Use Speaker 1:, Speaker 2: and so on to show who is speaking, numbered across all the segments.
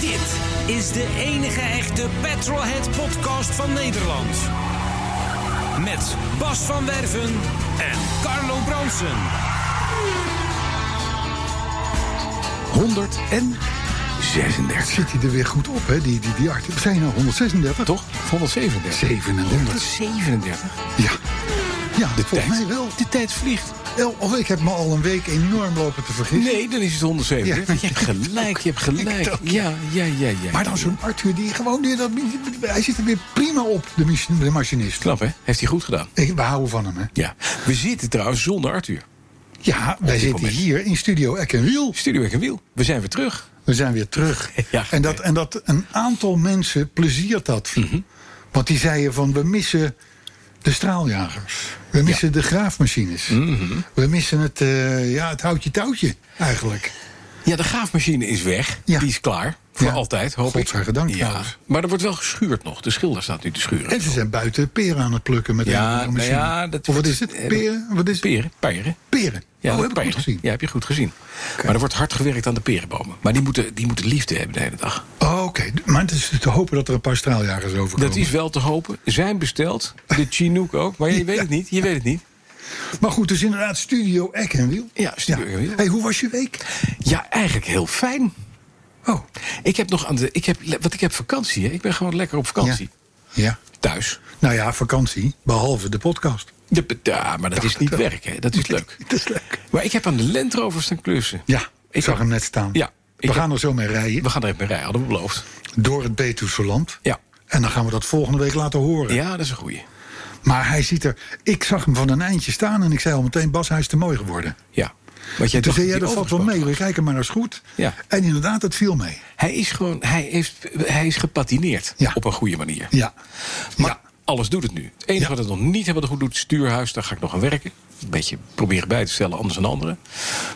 Speaker 1: Dit is de enige echte Petrolhead podcast van Nederland. Met Bas van Werven en Carlo Bronsen.
Speaker 2: 136.
Speaker 3: Zit hij er weer goed op, hè? Die, die, die arts. Zijn nou 136?
Speaker 2: Toch? 137.
Speaker 3: 37.
Speaker 2: 137.
Speaker 3: Ja. Ja,
Speaker 2: De tijd.
Speaker 3: volgens mij wel.
Speaker 2: De tijd vliegt.
Speaker 3: El, oh, ik heb me al een week enorm lopen te vergissen.
Speaker 2: Nee, dan is het 137.
Speaker 3: Ja.
Speaker 2: Je hebt gelijk, je hebt
Speaker 3: Ik
Speaker 2: gelijk.
Speaker 3: ook.
Speaker 2: Ja, ja, ja, ja.
Speaker 3: Maar dan zo'n Arthur die gewoon weer dat. Hij zit er weer prima op, de, mach- de machinist.
Speaker 2: Knap, hè? Heeft hij goed gedaan.
Speaker 3: Ik- We houden van hem, hè?
Speaker 2: Ja. We zitten trouwens zonder Arthur.
Speaker 3: Ja, wij zitten
Speaker 2: moment.
Speaker 3: hier in Studio Eck en Wiel.
Speaker 2: Studio Weg en Wiel. We zijn weer terug.
Speaker 3: We zijn weer terug.
Speaker 2: Ja.
Speaker 3: en, dat, en dat een aantal mensen pleziert dat. Want die zeiden van we missen de straaljagers. We missen de graafmachines. We missen het, eh, ja, het houtje touwtje eigenlijk.
Speaker 2: Ja, de graafmachine is weg.
Speaker 3: Ja.
Speaker 2: Die is klaar. Voor
Speaker 3: Ja.
Speaker 2: altijd, hoop
Speaker 3: Godzijdank
Speaker 2: ik. Ja.
Speaker 3: trouwens.
Speaker 2: Maar er wordt wel geschuurd nog. De schilder staat nu te schuren.
Speaker 3: En ze zijn buiten peren aan het plukken met
Speaker 2: Ja,
Speaker 3: een of andere
Speaker 2: nou
Speaker 3: machine.
Speaker 2: ja, dat
Speaker 3: of wat
Speaker 2: wordt-
Speaker 3: is het?
Speaker 2: eh,
Speaker 3: Peren? Wat is het?
Speaker 2: Peren, peren.
Speaker 3: Peren.
Speaker 2: Ja,
Speaker 3: oh,
Speaker 2: dat
Speaker 3: heb ik
Speaker 2: peren.
Speaker 3: goed gezien.
Speaker 2: Ja, heb je goed gezien. Maar er wordt hard gewerkt aan de perenbomen. Maar die moeten, die moeten liefde hebben de hele dag.
Speaker 3: Oh, Oké, maar het is te hopen dat er een paar straaljagers overkomen.
Speaker 2: Dat is wel te hopen. Zijn besteld. De Chinook ook. Maar je weet het niet. Je weet het niet.
Speaker 3: Maar goed, dus inderdaad Studio Eck en Wiel.
Speaker 2: Ja, Studio Eck en Wiel.
Speaker 3: Hey, hoe was je week?
Speaker 2: Ja, eigenlijk heel fijn.
Speaker 3: Oh,
Speaker 2: Ik heb nog aan de. Ik heb, want ik heb vakantie. Hè. Ik ben gewoon lekker op vakantie.
Speaker 3: ja. ja.
Speaker 2: Thuis.
Speaker 3: Nou ja, vakantie, behalve de podcast.
Speaker 2: De, pe- ja, maar dat is niet werk. Hè. Dat is leuk.
Speaker 3: Het is leuk.
Speaker 2: Maar ik heb aan de Land Rover staan klussen.
Speaker 3: Ja, ik zag
Speaker 2: heb-
Speaker 3: hem net staan.
Speaker 2: Ja, ik
Speaker 3: we
Speaker 2: heb-
Speaker 3: gaan er zo mee rijden,
Speaker 2: We gaan er even mee rijden. Hadden we beloofd.
Speaker 3: door het Betuwse land.
Speaker 2: Ja.
Speaker 3: En dan gaan we dat volgende week laten horen.
Speaker 2: Ja, dat is een goeie.
Speaker 3: Maar hij ziet er... Ik zag hem van een eindje staan en ik zei al meteen... Bas, hij is te mooi geworden.
Speaker 2: Ja. Want jij
Speaker 3: Toen
Speaker 2: dacht
Speaker 3: zei jij,
Speaker 2: die
Speaker 3: dat valt wel
Speaker 2: overspoot-
Speaker 3: mee. We kijken maar eens goed.
Speaker 2: Ja.
Speaker 3: En inderdaad, het viel mee.
Speaker 2: Hij is gewoon, hij, heeft, hij is gepatineerd
Speaker 3: Ja.
Speaker 2: op een goede manier.
Speaker 3: Ja.
Speaker 2: Maar
Speaker 3: ja.
Speaker 2: alles doet het nu. Het enige
Speaker 3: Ja.
Speaker 2: wat het nog niet helemaal goed doet, stuurhuis, daar ga ik nog aan werken. Een beetje proberen bij te stellen, anders een andere.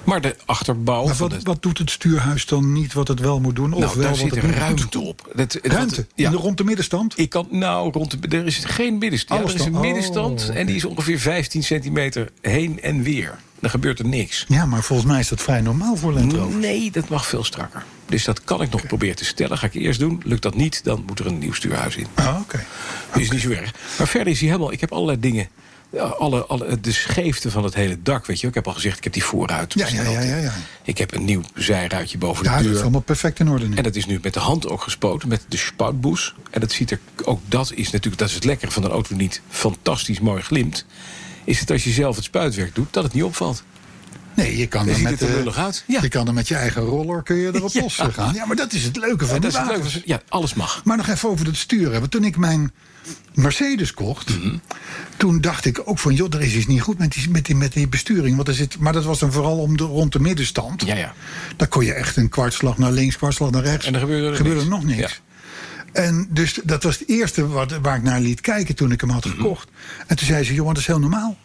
Speaker 2: Maar de achterbouw.
Speaker 3: Maar
Speaker 2: van
Speaker 3: wat,
Speaker 2: de-
Speaker 3: wat doet het stuurhuis dan niet wat het wel moet doen?
Speaker 2: nou,
Speaker 3: of wel
Speaker 2: daar
Speaker 3: wat
Speaker 2: zit
Speaker 3: het niet moet
Speaker 2: ruimte
Speaker 3: doen?
Speaker 2: op. Dat- dat-
Speaker 3: Ruimte?
Speaker 2: ja.
Speaker 3: In de rond de middenstand?
Speaker 2: Ik kan, nou, rond de, er is geen middenstand. Ja,
Speaker 3: Alles
Speaker 2: er is een
Speaker 3: dan? Oh,
Speaker 2: middenstand en die is ongeveer 15 centimeter heen en weer. Dan gebeurt er niks.
Speaker 3: Ja, maar volgens mij is dat vrij normaal voor Land Rover.
Speaker 2: Nee, dat mag veel strakker. Dus dat kan ik nog proberen te stellen. Ga ik eerst doen. Lukt dat niet, dan moet er een nieuw stuurhuis in.
Speaker 3: Ah, Oké.
Speaker 2: Die is niet zo erg. Maar verder is hij helemaal. Ik heb allerlei dingen. ja, Alle, alle, de scheefte van het hele dak, weet je. wel. Ik heb al gezegd, ik heb die voorruit.
Speaker 3: Ja, ja, ja, ja, ja.
Speaker 2: Ik heb een nieuw zijruitje boven de
Speaker 3: Ja, dat is
Speaker 2: deur.
Speaker 3: allemaal perfect in orde nu.
Speaker 2: En dat is nu met de hand ook gespoten, met de spoutboes. En dat ziet er, ook dat is natuurlijk, dat is het lekkere van een auto die niet fantastisch mooi glimt. Is het als je zelf het spuitwerk doet, dat het niet opvalt.
Speaker 3: Nee, je kan,
Speaker 2: Dan
Speaker 3: er
Speaker 2: ziet
Speaker 3: met,
Speaker 2: het er
Speaker 3: eh,
Speaker 2: lullig uit. Ja.
Speaker 3: je kan er met je eigen roller kun je erop
Speaker 2: Ja.
Speaker 3: los gaan. Ja, maar dat is het leuke van
Speaker 2: En
Speaker 3: die
Speaker 2: dat is het
Speaker 3: wagens.
Speaker 2: leuke. Ja, alles mag.
Speaker 3: Maar nog even over het sturen. Want toen ik mijn Mercedes kocht,
Speaker 2: Mhm.
Speaker 3: toen dacht ik ook van... joh, er is iets niet goed met die, met die, met die besturing. Want er zit, maar dat was dan vooral om de, rond de middenstand.
Speaker 2: Ja, ja.
Speaker 3: Daar kon je echt een kwartslag naar links, kwartslag naar rechts.
Speaker 2: En dan gebeurde er niks.
Speaker 3: nog niks. En dus dat was het eerste wat, waar ik naar liet kijken toen ik hem
Speaker 2: Mhm.
Speaker 3: had gekocht. En toen zei ze, joh, dat is heel normaal.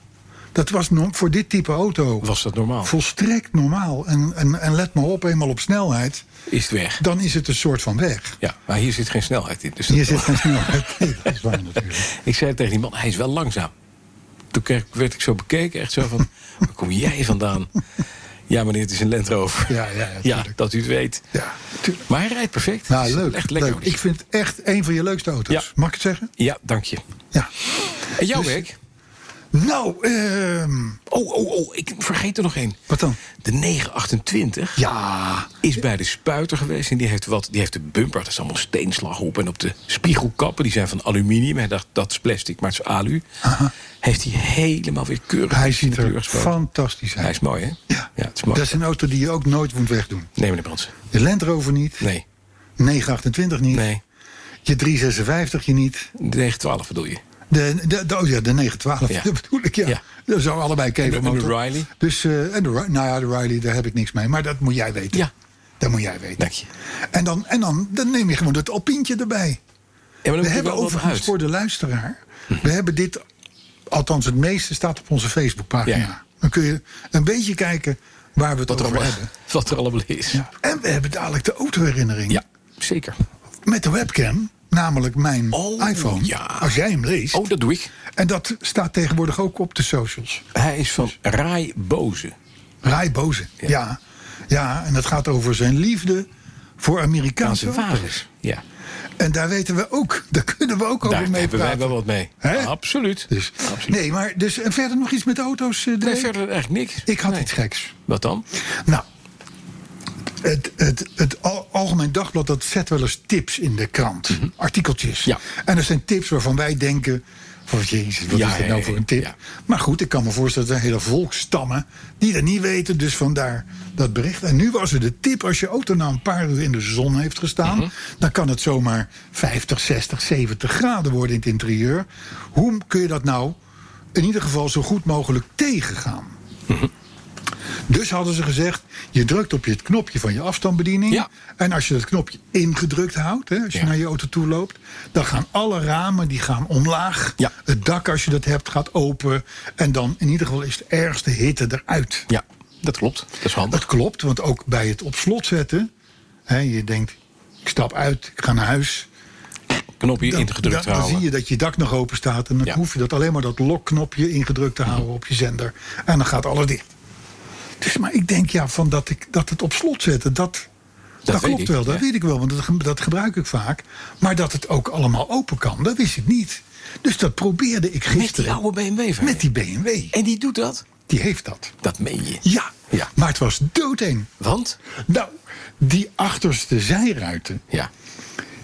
Speaker 3: Dat was no- voor dit type auto...
Speaker 2: Was dat normaal?
Speaker 3: Volstrekt normaal. En, en, en let maar op, eenmaal op snelheid,
Speaker 2: Is het weg.
Speaker 3: dan is het een soort van weg.
Speaker 2: Ja, maar hier zit geen snelheid in. Dus dat-
Speaker 3: Hier zit geen snelheid. Nee, dat is waar natuurlijk.
Speaker 2: Ik zei tegen die man, hij is wel langzaam. Toen kreeg, werd ik zo bekeken, echt zo van, waar kom jij vandaan? Ja meneer, het is een Land Rover.
Speaker 3: Ja, ja, ja, tuurlijk.
Speaker 2: dat u het weet.
Speaker 3: Ja, tuurlijk.
Speaker 2: Maar hij rijdt perfect. Het
Speaker 3: Nou,
Speaker 2: is
Speaker 3: leuk.
Speaker 2: Echt lekker.
Speaker 3: leuk. Ik vind het echt een van je leukste auto's.
Speaker 2: Ja.
Speaker 3: Mag ik het zeggen?
Speaker 2: Ja, dank je.
Speaker 3: Ja.
Speaker 2: En jouw
Speaker 3: Dus-
Speaker 2: werk?
Speaker 3: Nou, ehm,
Speaker 2: Oh, oh, oh, ik vergeet er nog één.
Speaker 3: wat dan?
Speaker 2: De 928
Speaker 3: Ja.
Speaker 2: is bij de spuiter geweest en die heeft, wat, die heeft de bumper, dat is allemaal steenslag op. En op de spiegelkappen, die zijn van aluminium. Hij dacht, dat is plastic, maar het is alu. Heeft hij helemaal weer keurig
Speaker 3: Hij
Speaker 2: in
Speaker 3: ziet
Speaker 2: de kleur
Speaker 3: er
Speaker 2: gespoten.
Speaker 3: fantastisch uit.
Speaker 2: Hij is mooi, hè?
Speaker 3: ja.
Speaker 2: het is mooi.
Speaker 3: Dat is een auto die je ook nooit moet wegdoen.
Speaker 2: Nee, meneer Brands.
Speaker 3: Je Land Rover niet.
Speaker 2: Nee.
Speaker 3: 928 niet.
Speaker 2: Nee.
Speaker 3: Je 356 je niet.
Speaker 2: De 912 bedoel je?
Speaker 3: En De, de, de- oh ja, de 912,
Speaker 2: Ja.
Speaker 3: dat bedoel ik, ja.
Speaker 2: Ja.
Speaker 3: Dat zou allebei
Speaker 2: En de- en de
Speaker 3: kevermotor.
Speaker 2: Riley?
Speaker 3: Dus, eh, en de, Ri- nou ja, de Riley, daar heb ik niks mee. Maar dat moet jij weten.
Speaker 2: Ja.
Speaker 3: Dat moet jij weten.
Speaker 2: Dank je.
Speaker 3: En, dan, en dan, dan neem je gewoon dat alpientje erbij.
Speaker 2: Ja, maar dan moet
Speaker 3: We
Speaker 2: je
Speaker 3: hebben
Speaker 2: wel wat
Speaker 3: overigens
Speaker 2: uit. Mhm.
Speaker 3: voor de luisteraar... we hebben dit, althans het meeste staat op onze Facebookpagina.
Speaker 2: Ja.
Speaker 3: Dan kun je een beetje kijken waar we het
Speaker 2: wat er,
Speaker 3: over
Speaker 2: allemaal,
Speaker 3: hebben.
Speaker 2: wat er allemaal is.
Speaker 3: Ja. En we hebben dadelijk de autoherinnering.
Speaker 2: Ja, zeker.
Speaker 3: Met de webcam, namelijk mijn
Speaker 2: Oh,
Speaker 3: iPhone.
Speaker 2: ja.
Speaker 3: Als jij hem leest.
Speaker 2: Oh, dat doe ik.
Speaker 3: En dat staat tegenwoordig ook op de socials.
Speaker 2: Hij is van Rai Boze.
Speaker 3: Rai Boze. Ja. ja. en dat gaat over zijn liefde voor Amerikaanse
Speaker 2: Zijn
Speaker 3: auto's.
Speaker 2: vaders. Ja,
Speaker 3: En daar weten we ook, daar kunnen we ook
Speaker 2: daar
Speaker 3: over mee
Speaker 2: hebben wij
Speaker 3: praten.
Speaker 2: wel wat mee.
Speaker 3: Hè?
Speaker 2: Absoluut.
Speaker 3: Dus,
Speaker 2: Absoluut.
Speaker 3: nee, maar dus, en verder nog iets met auto's? eh,
Speaker 2: Nee,
Speaker 3: Dre?
Speaker 2: verder eigenlijk niks.
Speaker 3: Ik had
Speaker 2: Nee.
Speaker 3: iets geks.
Speaker 2: Wat dan?
Speaker 3: Nou, het, het, het Al- Algemeen Dagblad dat zet wel eens tips in de krant. Artikeltjes.
Speaker 2: Mhm. Ja.
Speaker 3: En dat zijn tips waarvan wij denken... Van, jezus, wat
Speaker 2: Ja,
Speaker 3: is dit
Speaker 2: ja,
Speaker 3: nou
Speaker 2: ja,
Speaker 3: voor een tip?
Speaker 2: ja.
Speaker 3: Maar goed, ik kan me voorstellen dat er hele volkstammen... die dat niet weten, dus vandaar dat bericht. En nu was er de tip, als je auto na een paar uur in de zon heeft gestaan...
Speaker 2: Mhm.
Speaker 3: dan kan het zomaar 50, 60, 70 graden worden in het interieur. Hoe kun je dat nou in ieder geval zo goed mogelijk tegengaan? Dus hadden ze gezegd, je drukt op je het knopje van je afstandsbediening.
Speaker 2: Ja.
Speaker 3: En als je dat knopje ingedrukt houdt, hè, als je
Speaker 2: Ja.
Speaker 3: naar je auto toe loopt... dan gaan alle ramen die gaan omlaag.
Speaker 2: Ja.
Speaker 3: Het dak, als je dat hebt, gaat open. En dan in ieder geval is de ergste hitte eruit.
Speaker 2: Ja, dat klopt. Dat is handig.
Speaker 3: Dat klopt, want ook bij het op slot zetten... Hè, je denkt, ik stap uit, ik ga naar huis...
Speaker 2: Knopje
Speaker 3: Dan-
Speaker 2: ingedrukt
Speaker 3: dan, dan
Speaker 2: houden.
Speaker 3: zie je dat je dak nog open staat. En dan
Speaker 2: Ja.
Speaker 3: hoef je dat alleen maar dat lokknopje ingedrukt te houden op je zender. En dan gaat alles dicht. Dus, maar ik denk ja, van dat, ik, dat het op slot zetten, dat, dat,
Speaker 2: weet
Speaker 3: klopt
Speaker 2: ik,
Speaker 3: wel. Dat
Speaker 2: ja.
Speaker 3: weet ik wel, want dat, ge- dat gebruik ik vaak. Maar dat het ook allemaal open kan, dat wist ik niet. Dus dat probeerde ik
Speaker 2: Met die
Speaker 3: gisteren.
Speaker 2: oude BMW. van
Speaker 3: Met die BMW.
Speaker 2: En die doet dat?
Speaker 3: Die heeft dat.
Speaker 2: Dat meen je.
Speaker 3: Ja,
Speaker 2: Ja.
Speaker 3: maar het was doodeng.
Speaker 2: Want?
Speaker 3: Nou, die achterste zijruiten,
Speaker 2: Ja.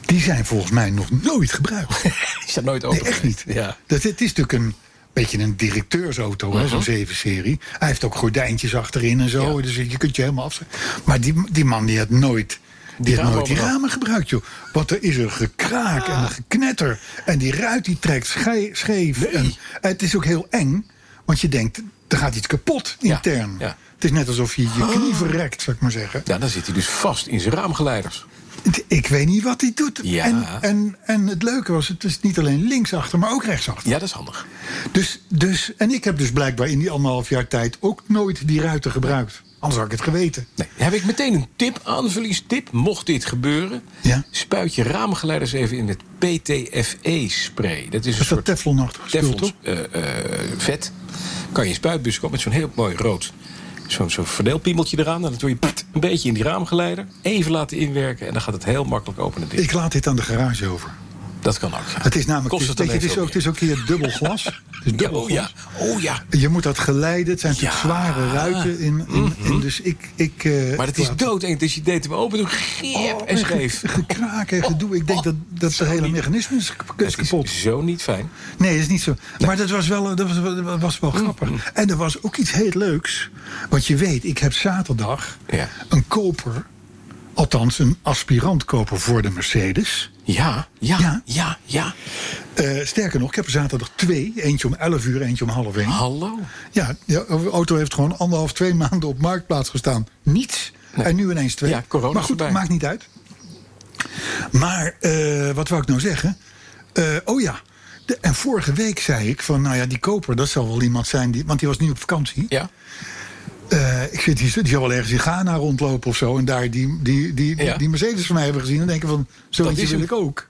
Speaker 3: die zijn volgens mij nog nooit gebruikt.
Speaker 2: Is dat nooit open?
Speaker 3: Nee, echt niet.
Speaker 2: geweest? Ja.
Speaker 3: Dat, het is natuurlijk een beetje een directeursauto, hè, zo'n 7-serie. Hij heeft ook gordijntjes achterin en zo,
Speaker 2: Mhm. Ja.
Speaker 3: dus je kunt je helemaal afzetten. Maar die, die man die had nooit... Die, heeft
Speaker 2: ramen Ah.
Speaker 3: nooit die
Speaker 2: openal.
Speaker 3: ramen gebruikt, joh. Want er is een gekraak en een geknetter. En die ruit die trekt schei- scheef. En het is ook heel eng, want je denkt, er gaat iets kapot intern.
Speaker 2: ja. Ah.
Speaker 3: Het is net alsof je je knie verrekt, zou ik maar zeggen.
Speaker 2: Ja, dan zit hij dus vast in zijn raamgeleiders.
Speaker 3: Ik weet niet wat hij doet.
Speaker 2: Ja.
Speaker 3: En, en, en het leuke was, het is niet alleen linksachter, maar ook rechtsachter.
Speaker 2: Ja, dat is handig.
Speaker 3: Dus, dus, en ik heb dus blijkbaar in die anderhalf jaar tijd ook nooit die ruiten gebruikt. Anders had ik het geweten.
Speaker 2: Nee. Heb ik meteen een tip, aanvullingstip, mocht dit gebeuren.
Speaker 3: Ja.
Speaker 2: Spuit je raamgeleiders even in het PTFE-spray. E Dat is een
Speaker 3: Dat is dat
Speaker 2: soort
Speaker 3: teflonachtig spul,
Speaker 2: teflon
Speaker 3: toch?
Speaker 2: eh, eh, vet. Kan je in spuitbus komen met zo'n heel mooi rood... Zo'n zo'n verdeelpiemeltje eraan. En dan doe je pst, een beetje in die raamgeleider. Even laten inwerken. En dan gaat het heel makkelijk open en dicht.
Speaker 3: Ik laat dit aan de garage over.
Speaker 2: Dat kan ook. ja.
Speaker 3: Het is namelijk,
Speaker 2: Kost
Speaker 3: het,
Speaker 2: het
Speaker 3: is, weet je, het, is
Speaker 2: alleen
Speaker 3: ook, het is ook hier dubbel glas. Het is
Speaker 2: veel
Speaker 3: dubbel
Speaker 2: meer. Ja,
Speaker 3: glas.
Speaker 2: oh ja. Oh ja.
Speaker 3: Je moet dat geleiden. Het zijn natuurlijk
Speaker 2: Ja. Mhm.
Speaker 3: zware ruiten. In, in, in, dus ik, ik, eh,
Speaker 2: Maar het is
Speaker 3: laat-
Speaker 2: doodeng. Dus je deed hem open. Toen geep
Speaker 3: Oh,
Speaker 2: en
Speaker 3: en
Speaker 2: scheef. Oh,
Speaker 3: ge- Gekraak en gedoe. Ik denk dat, dat het hele mechanisme is kap-
Speaker 2: Dat is
Speaker 3: kapot.
Speaker 2: zo niet fijn.
Speaker 3: Nee, dat is niet zo. Maar dat was wel, dat was, wel- was wel grappig. En er was ook iets heel leuks. Want je weet, ik heb zaterdag
Speaker 2: Ja.
Speaker 3: een koper. Althans, een aspirant-koper voor de Mercedes.
Speaker 2: Ja, ja,
Speaker 3: Ja.
Speaker 2: ja, ja.
Speaker 3: Eh, sterker nog, ik heb er zaterdag twee. Eentje om 11 uur, eentje om half 1.
Speaker 2: Hallo.
Speaker 3: Ja, de auto heeft gewoon anderhalf, twee maanden op marktplaats gestaan. Niets. En nu ineens twee.
Speaker 2: Ja, corona
Speaker 3: maar
Speaker 2: is
Speaker 3: goed,
Speaker 2: voorbij.
Speaker 3: maakt niet uit. Maar eh, wat wou ik nou zeggen? Eh, oh ja. De, en vorige week zei ik van, nou ja, die koper, dat zal wel iemand zijn, die, want die was nu op vakantie.
Speaker 2: Ja.
Speaker 3: Eh, ik zit die, die zal wel ergens in Ghana rondlopen of zo. En daar die, die, die,
Speaker 2: Ja.
Speaker 3: die Mercedes van mij hebben gezien. En denken van,
Speaker 2: Dat
Speaker 3: zoiets
Speaker 2: is
Speaker 3: wil
Speaker 2: hem.
Speaker 3: ik ook.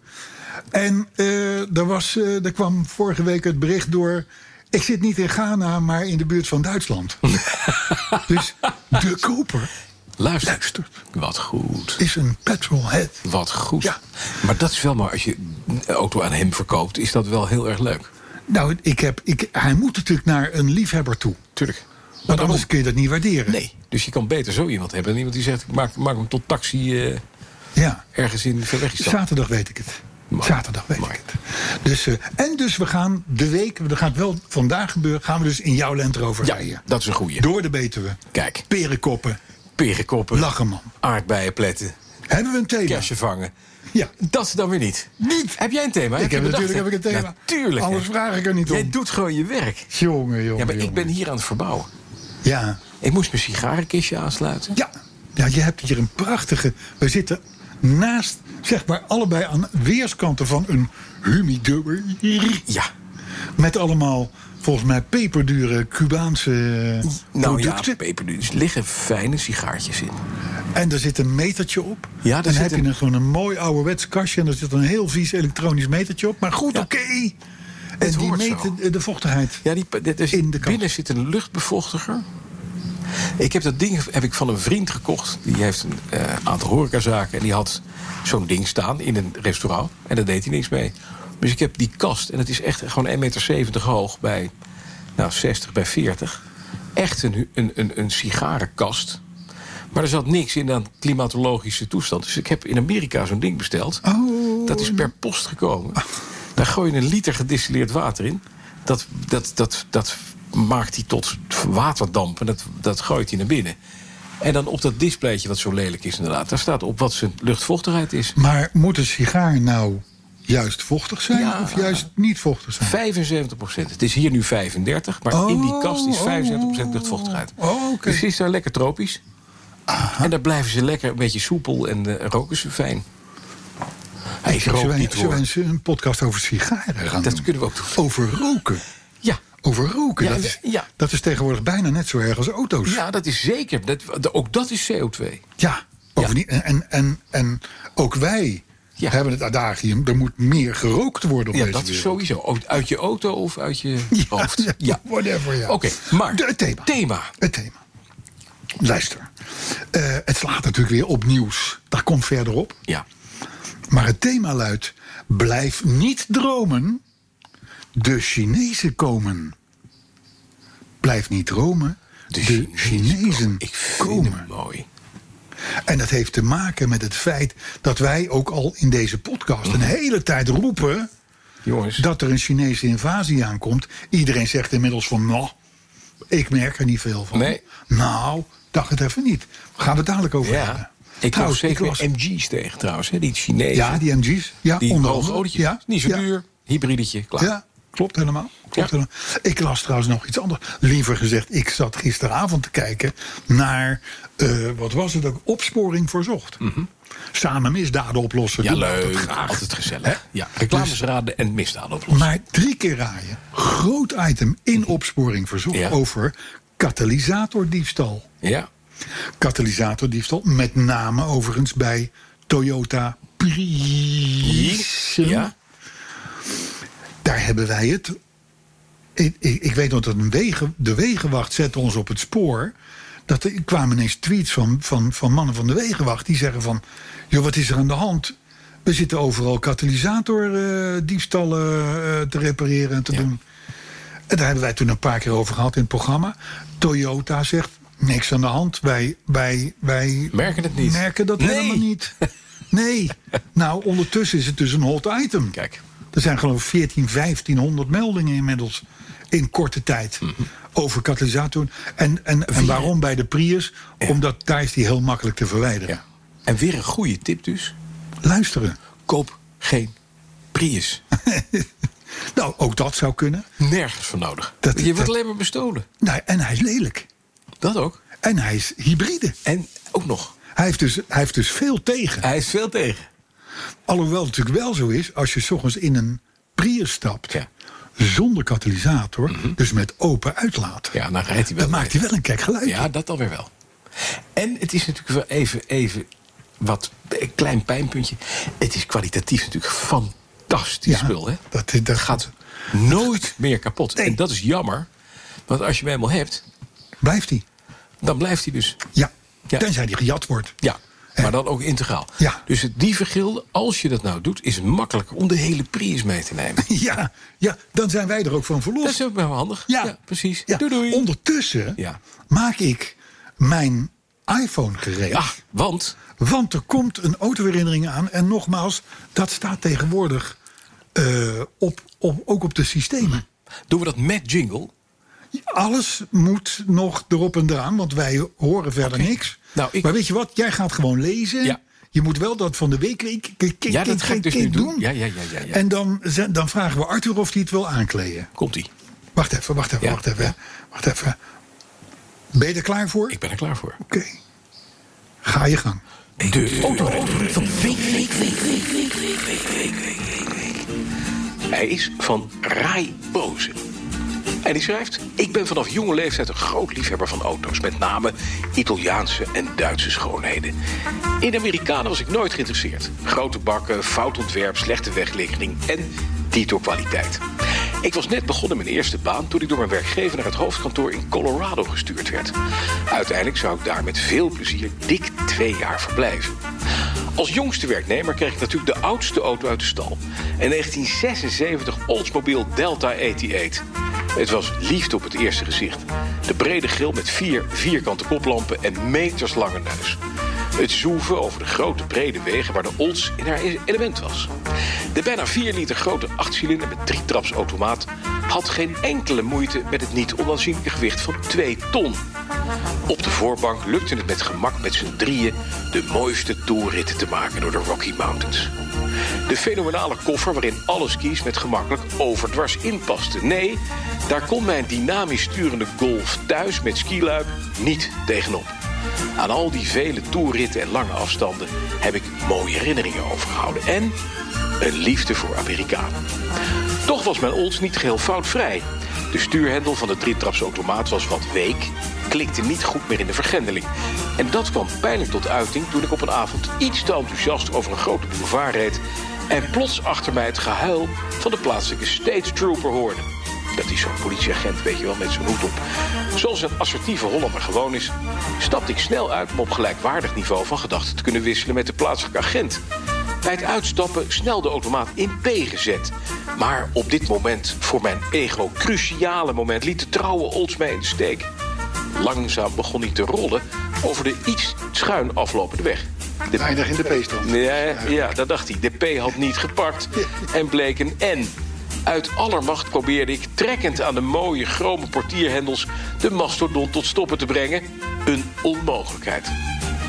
Speaker 3: En eh er, was, eh, er kwam vorige week het bericht door... Ik zit niet in Ghana, maar in de buurt van Duitsland. dus de koper
Speaker 2: Luister.
Speaker 3: Luister.
Speaker 2: Wat goed.
Speaker 3: is een petrolhead.
Speaker 2: Wat goed.
Speaker 3: Ja.
Speaker 2: Maar dat is wel maar als je een auto aan hem verkoopt, is dat wel heel erg leuk.
Speaker 3: Nou, ik heb, ik, hij moet natuurlijk naar een liefhebber toe.
Speaker 2: Tuurlijk.
Speaker 3: Want anders kun je dat niet waarderen.
Speaker 2: Nee. Dus je kan beter zo iemand hebben dan iemand die zegt: ik maak, maak hem tot taxi eh,
Speaker 3: Ja.
Speaker 2: ergens in Verwegistan.
Speaker 3: Zaterdag weet ik het.
Speaker 2: Mooi.
Speaker 3: Zaterdag weet
Speaker 2: Mooi.
Speaker 3: ik het. Dus, eh, en dus we gaan de week, dat gaat wel vandaag gebeuren, gaan we dus in jouw Land Rover
Speaker 2: Ja,
Speaker 3: rijden.
Speaker 2: dat is een goeie.
Speaker 3: Door de Betuwe.
Speaker 2: Kijk,
Speaker 3: Perenkoppen,
Speaker 2: perenkoppen,
Speaker 3: Lacheman.
Speaker 2: aardbeien pletten,
Speaker 3: Hebben we een thema?
Speaker 2: kersen vangen.
Speaker 3: Ja.
Speaker 2: Dat dan weer niet.
Speaker 3: Niet.
Speaker 2: Heb jij een thema?
Speaker 3: Ik heb
Speaker 2: je
Speaker 3: natuurlijk heb
Speaker 2: bedacht,
Speaker 3: ik een
Speaker 2: hè?
Speaker 3: thema.
Speaker 2: Natuurlijk. hè.
Speaker 3: Anders vraag ik er niet
Speaker 2: Jij
Speaker 3: om.
Speaker 2: doet gewoon je werk.
Speaker 3: Jongen, jongen.
Speaker 2: Ja, maar ik
Speaker 3: jongen.
Speaker 2: ben hier aan het verbouwen.
Speaker 3: Ja.
Speaker 2: Ik moest mijn sigarenkistje aansluiten.
Speaker 3: Ja. ja, je hebt hier een prachtige. We zitten naast, zeg maar, allebei aan weerskanten van een humidor.
Speaker 2: Ja.
Speaker 3: Met allemaal, volgens mij, peperdure Cubaanse eh,
Speaker 2: Nou
Speaker 3: producten.
Speaker 2: ja, peperduurders liggen fijne sigaartjes in.
Speaker 3: En daar zit een metertje op.
Speaker 2: Ja, daar
Speaker 3: en dan
Speaker 2: zit
Speaker 3: heb je
Speaker 2: een-
Speaker 3: een, gewoon een mooi ouderwets kastje. En daar zit een heel vies elektronisch metertje op. Maar goed,
Speaker 2: Ja.
Speaker 3: oké. En die
Speaker 2: hoort zo.
Speaker 3: meet de, de vochtigheid.
Speaker 2: Ja, die, dit is,
Speaker 3: In de kast.
Speaker 2: binnen zit een luchtbevochtiger. Ik heb dat ding heb ik van een vriend gekocht. Die heeft een eh, aantal horecazaken. En die had zo'n ding staan in een restaurant. En daar deed hij niks mee. Dus ik heb die kast. En het is echt gewoon 1,70 meter hoog bij nou, 60 bij 40. Echt een, een, een, een sigarenkast. Maar er zat niks in aan klimatologische toestand. Dus ik heb in Amerika zo'n ding besteld. Dat is per post gekomen. Daar gooi je een liter gedistilleerd water in. Dat, dat, dat, dat maakt hij tot waterdamp. En dat, dat gooit hij naar binnen. En dan op dat displaytje, wat zo lelijk is inderdaad... daar staat op wat zijn luchtvochtigheid is.
Speaker 3: Maar moet een sigaar nou juist vochtig zijn?
Speaker 2: Ja.
Speaker 3: Of juist niet vochtig zijn?
Speaker 2: 75 Het is hier nu 35, maar in die kast is 75 luchtvochtigheid.
Speaker 3: Oh, oké.
Speaker 2: Dus het is daar lekker tropisch. En daar blijven ze lekker een beetje soepel en eh, roken ze fijn. Hij
Speaker 3: Ze
Speaker 2: rookt
Speaker 3: wen-
Speaker 2: niet
Speaker 3: Ze
Speaker 2: hoor.
Speaker 3: wensen een podcast over sigaren gaan
Speaker 2: Dat
Speaker 3: doen.
Speaker 2: kunnen we ook doen.
Speaker 3: Over roken.
Speaker 2: Ja.
Speaker 3: Over roken.
Speaker 2: Ja,
Speaker 3: dat,
Speaker 2: en-
Speaker 3: is,
Speaker 2: ja.
Speaker 3: dat is tegenwoordig bijna net zo erg als auto's.
Speaker 2: ja, dat is zeker. Dat, de- ook dat is CO2.
Speaker 3: Ja, bovendien. En, en, en, en ook wij
Speaker 2: Ja.
Speaker 3: hebben het adagium... er moet meer gerookt worden op
Speaker 2: Ja,
Speaker 3: deze
Speaker 2: dat is
Speaker 3: wereld.
Speaker 2: sowieso. Ook Uit je auto of uit je hoofd.
Speaker 3: Ja, whatever, ja.
Speaker 2: Oké, maar.
Speaker 3: De- het thema.
Speaker 2: Thema.
Speaker 3: Het thema. Luister. Eh, het slaat natuurlijk weer op nieuws. Daar komt verder op.
Speaker 2: Ja.
Speaker 3: Maar het thema luidt: blijf niet dromen. De Chinezen komen. Blijf niet dromen. De,
Speaker 2: Dus
Speaker 3: Chinezen
Speaker 2: Ik vind
Speaker 3: komen.
Speaker 2: hem mooi.
Speaker 3: En dat heeft te maken met het feit dat wij ook al in deze podcast een hele tijd roepen
Speaker 2: Jongens.
Speaker 3: dat er een Chinese invasie aankomt. Iedereen zegt inmiddels van, nou, ik merk er niet veel van.
Speaker 2: Nee.
Speaker 3: Nou, dacht het even niet. Gaan we het dadelijk over hebben.
Speaker 2: Ja. Ik kwam
Speaker 3: Trouwens,
Speaker 2: zeker
Speaker 3: ik las-
Speaker 2: weer MG's tegen trouwens. Hè? Die Chinezen.
Speaker 3: Ja, die MG's. Ja,
Speaker 2: die
Speaker 3: onder
Speaker 2: hoge
Speaker 3: andere.
Speaker 2: olietjes.
Speaker 3: Ja,
Speaker 2: Niet zo
Speaker 3: ja.
Speaker 2: duur. Hybridetje. Klaar.
Speaker 3: Ja, klopt helemaal. Klopt
Speaker 2: Ja.
Speaker 3: helemaal. Ik las trouwens nog iets anders. Liever gezegd, ik zat gisteravond te kijken naar, eh, wat was het ook, opsporing verzocht. Samen misdaden oplossen.
Speaker 2: Mhm. Ja,
Speaker 3: Doen we
Speaker 2: leuk.
Speaker 3: altijd graag.
Speaker 2: Altijd gezellig.
Speaker 3: Hè?
Speaker 2: Ja, reclamesraden en misdaden oplossen.
Speaker 3: Maar drie keer raaien. Groot item in opsporing verzocht
Speaker 2: Mhm. Ja.
Speaker 3: over katalysatordiefstal.
Speaker 2: Ja.
Speaker 3: Katalysatordiefstal, met name overigens bij Toyota Prius.
Speaker 2: Ja.
Speaker 3: daar hebben wij het. Ik, ik, ik weet nog dat een wegen, de Wegenwacht zette ons op het spoor. Dat er kwamen ineens tweets van, van, van mannen van de Wegenwacht. Die zeggen van, joh, wat is er aan de hand? We zitten overal katalysatordiefstallen diefstallen eh, te repareren en te
Speaker 2: Ja.
Speaker 3: doen. En daar hebben wij toen een paar keer over gehad in het programma. Toyota zegt, niks aan de hand. Wij, wij, wij
Speaker 2: Merken het niet.
Speaker 3: merken dat
Speaker 2: Nee.
Speaker 3: helemaal niet. Nee. Nou, ondertussen is het dus een hot item.
Speaker 2: Kijk.
Speaker 3: Er zijn geloof ik 14, 1500 meldingen inmiddels in korte tijd
Speaker 2: Mhm.
Speaker 3: over katalysatoren. En, en, en waarom bij de Prius? Omdat daar is die heel makkelijk te verwijderen.
Speaker 2: ja. En weer een goede tip dus.
Speaker 3: Luisteren.
Speaker 2: Koop geen Prius.
Speaker 3: Nou, ook dat zou kunnen.
Speaker 2: Nergens voor nodig.
Speaker 3: Dat-
Speaker 2: je wordt
Speaker 3: dat-
Speaker 2: alleen maar bestolen.
Speaker 3: Nou, en hij is lelijk.
Speaker 2: Dat ook.
Speaker 3: En hij is hybride.
Speaker 2: En ook nog.
Speaker 3: Hij heeft dus, hij heeft dus veel tegen.
Speaker 2: Hij is veel tegen.
Speaker 3: Alhoewel het natuurlijk wel zo is, als je 's ochtends in een Prius stapt...
Speaker 2: Ja. Mhm.
Speaker 3: zonder katalysator, dus met open uitlaat...
Speaker 2: Ja, dan rijdt hij wel.
Speaker 3: dan maakt hij wel een kijk geluid.
Speaker 2: Ja, dat alweer wel. En het is natuurlijk wel even, even wat een klein pijnpuntje. Het is kwalitatief natuurlijk fantastisch
Speaker 3: Ja,
Speaker 2: spul. Hè?
Speaker 3: dat is- dat-
Speaker 2: gaat nooit meer kapot.
Speaker 3: Nee.
Speaker 2: En dat is jammer. Want als je hem eenmaal hebt,
Speaker 3: Blijft hij?
Speaker 2: dan blijft hij dus.
Speaker 3: Ja.
Speaker 2: Ja.
Speaker 3: Tenzij die gejat wordt.
Speaker 2: Ja, maar dan ook integraal.
Speaker 3: Ja.
Speaker 2: Dus het dievergilde, als je dat nou doet, is het makkelijker om de hele Prius mee te nemen.
Speaker 3: Ja, ja, dan zijn wij er ook van verlost.
Speaker 2: Dat is ook wel handig. precies.
Speaker 3: Ja.
Speaker 2: Doei doei.
Speaker 3: Ondertussen
Speaker 2: Ja.
Speaker 3: maak ik mijn iPhone gereed.
Speaker 2: Ja, Ah, want
Speaker 3: Want er komt een autoherinnering aan. En nogmaals, dat staat tegenwoordig eh, op, op, ook op de systemen.
Speaker 2: doen we dat met jingle.
Speaker 3: Alles moet nog erop en eraan, want wij horen verder niks.
Speaker 2: Nou, ik-
Speaker 3: Maar weet je wat? Jij gaat gewoon lezen.
Speaker 2: Ja.
Speaker 3: je moet wel dat van de week week week-
Speaker 2: ja,
Speaker 3: week-
Speaker 2: dat ga ik
Speaker 3: week-
Speaker 2: dus
Speaker 3: week
Speaker 2: nu doen. Ja, ja, ja, ja. ja.
Speaker 3: En dan, ze- dan vragen we Arthur of hij het wil aankleden.
Speaker 2: Komt-ie.
Speaker 3: Wacht even, wacht even,
Speaker 2: Ja.
Speaker 3: wacht even. Wacht even. Ben je er klaar voor?
Speaker 2: Ik ben er klaar voor.
Speaker 3: Oké. Ga je gang.
Speaker 2: De autorit van week, week, week, week, week, week, week, week, week, week, week. Hij is van Rai Bozen. En die schrijft... Ik ben vanaf jonge leeftijd een groot liefhebber van auto's. Met name Italiaanse en Duitse schoonheden. In de Amerikanen was ik nooit geïnteresseerd. Grote bakken, fout ontwerp, slechte wegligging en titelkwaliteit. Ik was net begonnen mijn eerste baan toen ik door mijn werkgever naar het hoofdkantoor in Colorado gestuurd werd. Uiteindelijk zou ik daar met veel plezier dik twee jaar verblijven. Als jongste werknemer kreeg ik natuurlijk de oudste auto uit de stal. Een 1976 Oldsmobile Delta 88. Het was liefde op het eerste gezicht. De brede grill met vier vierkante koplampen en meterslange neus. Het zoeven over de grote brede wegen waar de Olds in haar element was. De bijna 4 liter grote 8-cilinder met drietrapsautomaat had geen enkele moeite met het niet onaanzienlijke gewicht van 2 ton. Op de voorbank lukte het met gemak met z'n drieën de mooiste toerritten te maken door de Rocky Mountains. De fenomenale koffer waarin alle skis met gemakkelijk overdwars inpaste. Nee, daar kon mijn dynamisch sturende golf thuis met skiluik niet tegenop. Aan al die vele toerritten en lange afstanden heb ik mooie herinneringen overgehouden. En een liefde voor Amerikanen. Toch was mijn Olds niet geheel foutvrij. De stuurhendel van de drietrapsautomaat was wat week, klikte niet goed meer in de vergrendeling. En dat kwam pijnlijk tot uiting toen ik op een avond iets te enthousiast over een grote boulevard reed en plots achter mij het gehuil van de plaatselijke state trooper hoorde. Dat is zo'n politieagent, weet je wel, met zijn hoed op. Zoals een assertieve Hollander gewoon is, stapte ik snel uit om op gelijkwaardig niveau van gedachten te kunnen wisselen met de plaatselijke agent. Bij het uitstappen snel de automaat in P gezet. Maar op dit moment, voor mijn ego cruciale moment, liet de trouwe Olds mij in de steek. Langzaam begon hij te rollen over de iets schuin aflopende weg. De
Speaker 4: Weinig in de peestand.
Speaker 2: ja, ja, dat dacht hij. De P had niet gepakt en bleek een N. Uit allermacht probeerde ik, trekkend aan de mooie, chrome portierhendels... de mastodon tot stoppen te brengen. Een onmogelijkheid.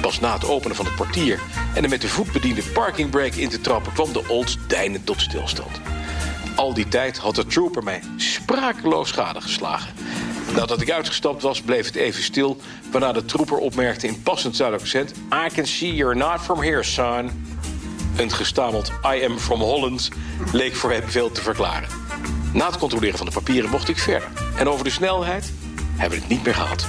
Speaker 2: Pas na het openen van het portier en de met de voet bediende parkingbrake in te trappen... kwam de Olds deinend tot stilstand. Al die tijd had de trooper mij sprakeloos schade geslagen. Nadat ik uitgestapt was, bleef het even stil... waarna de trooper opmerkte in passend Zuid-accent... I can see you're not from here, son. Een gestameld I am from Holland leek voor hem veel te verklaren. Na het controleren van de papieren mocht ik verder. En over de snelheid hebben we het niet meer gehad.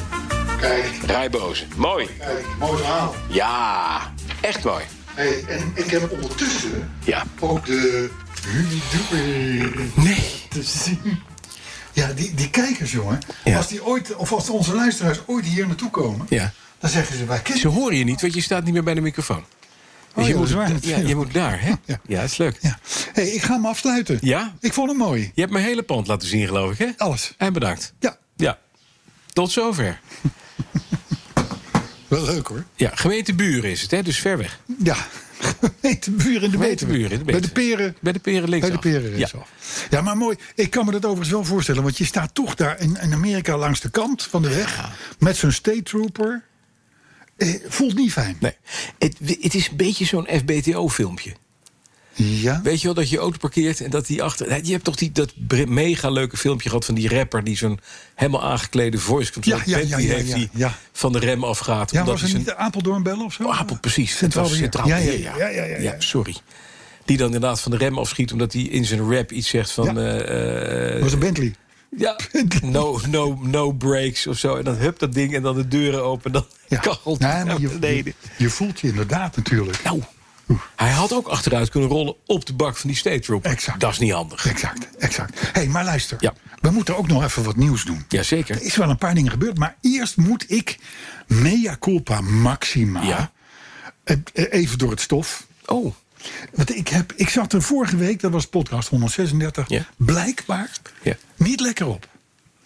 Speaker 4: Kijk,
Speaker 2: Rijbozen. Mooi.
Speaker 4: kijk, mooi verhaal.
Speaker 2: Ja, echt mooi.
Speaker 4: Hey, en ik heb ondertussen
Speaker 2: Ja.
Speaker 4: ook de Humidori
Speaker 2: Nee.
Speaker 4: te zien.
Speaker 3: Ja, die, die kijkers, jongen.
Speaker 2: Ja.
Speaker 3: Als die ooit, of als onze luisteraars ooit hier naartoe komen,
Speaker 2: Ja.
Speaker 3: dan zeggen ze wij kennen.
Speaker 2: Ze horen je niet, want je staat niet meer bij de microfoon.
Speaker 3: Oh,
Speaker 2: je,
Speaker 3: ja,
Speaker 2: moet,
Speaker 3: dat is waar
Speaker 2: ja,
Speaker 3: natuurlijk.
Speaker 2: je moet daar, hè?
Speaker 3: Ja.
Speaker 2: Ja, dat is leuk.
Speaker 3: Ja. hey, ik ga hem afsluiten.
Speaker 2: Ja?
Speaker 3: Ik vond hem mooi.
Speaker 2: Je hebt mijn hele pand laten zien, geloof ik, hè?
Speaker 3: Alles.
Speaker 2: En bedankt.
Speaker 3: Ja,
Speaker 2: Ja. Tot zover.
Speaker 3: wel leuk hoor.
Speaker 2: Ja, gemeente Buren is het, hè? Dus ver weg.
Speaker 3: Ja, gemeente Buren in de
Speaker 2: Gemeente
Speaker 3: Betuwe.
Speaker 2: Buren in de
Speaker 3: Bij de
Speaker 2: Betuwe.
Speaker 3: peren.
Speaker 2: Bij de peren links.
Speaker 3: Bij de peren is
Speaker 2: ja.
Speaker 3: al. Ja, maar mooi. Ik kan me dat overigens wel voorstellen. Want je staat toch daar in, in Amerika langs de kant van de weg. Met zo'n state trooper. Eh, voelt niet fijn.
Speaker 2: Nee. Het, het is een beetje zo'n FBTO-filmpje.
Speaker 3: Ja.
Speaker 2: Weet je wel dat je auto parkeert en dat die achter. Je hebt toch die, dat bre- mega leuke filmpje gehad van die rapper die zo'n helemaal aangeklede voice control
Speaker 3: Ja, ja,
Speaker 2: band
Speaker 3: ja,
Speaker 2: die
Speaker 3: ja,
Speaker 2: heeft
Speaker 3: ja,
Speaker 2: die
Speaker 3: ja.
Speaker 2: van de rem afgaat.
Speaker 3: Ja,
Speaker 2: omdat
Speaker 3: was
Speaker 2: hij
Speaker 3: het
Speaker 2: zijn-
Speaker 3: niet de Apeldoornbel of zo?
Speaker 2: Oh, Apel, precies. Het
Speaker 3: Centraal
Speaker 2: was
Speaker 3: Beheer.
Speaker 2: Centraal
Speaker 3: Ja, ja,
Speaker 2: Beheer,
Speaker 3: ja, ja, ja, ja.
Speaker 2: sorry. Die dan inderdaad van de rem afschiet omdat hij in zijn rap iets zegt van.
Speaker 3: Ja.
Speaker 2: eh, eh,
Speaker 3: was een Bentley.
Speaker 2: ja, no, no, no breaks of zo. En dan hup dat ding en dan de deuren open. En dan
Speaker 3: Ja.
Speaker 2: kachelt
Speaker 3: Nee,
Speaker 2: hij
Speaker 3: maar
Speaker 2: naar
Speaker 3: je,
Speaker 2: nou, beneden.
Speaker 3: je, je voelt je inderdaad natuurlijk.
Speaker 2: Nou, hij had ook achteruit kunnen rollen op de bak van die state trooper.
Speaker 3: Exact.
Speaker 2: Dat is niet handig.
Speaker 3: Exact, exact. Hé, hey, maar luister.
Speaker 2: Ja.
Speaker 3: We moeten ook nog even wat nieuws doen. Er
Speaker 2: Jazeker.
Speaker 3: is wel een paar dingen gebeurd. Maar eerst moet ik mea culpa maxima
Speaker 2: Ja.
Speaker 3: eh, eh, even door het stof.
Speaker 2: Oh,
Speaker 3: Want ik, heb, ik zat er vorige week, dat was podcast 136,
Speaker 2: Ja.
Speaker 3: blijkbaar
Speaker 2: Ja.
Speaker 3: niet lekker op.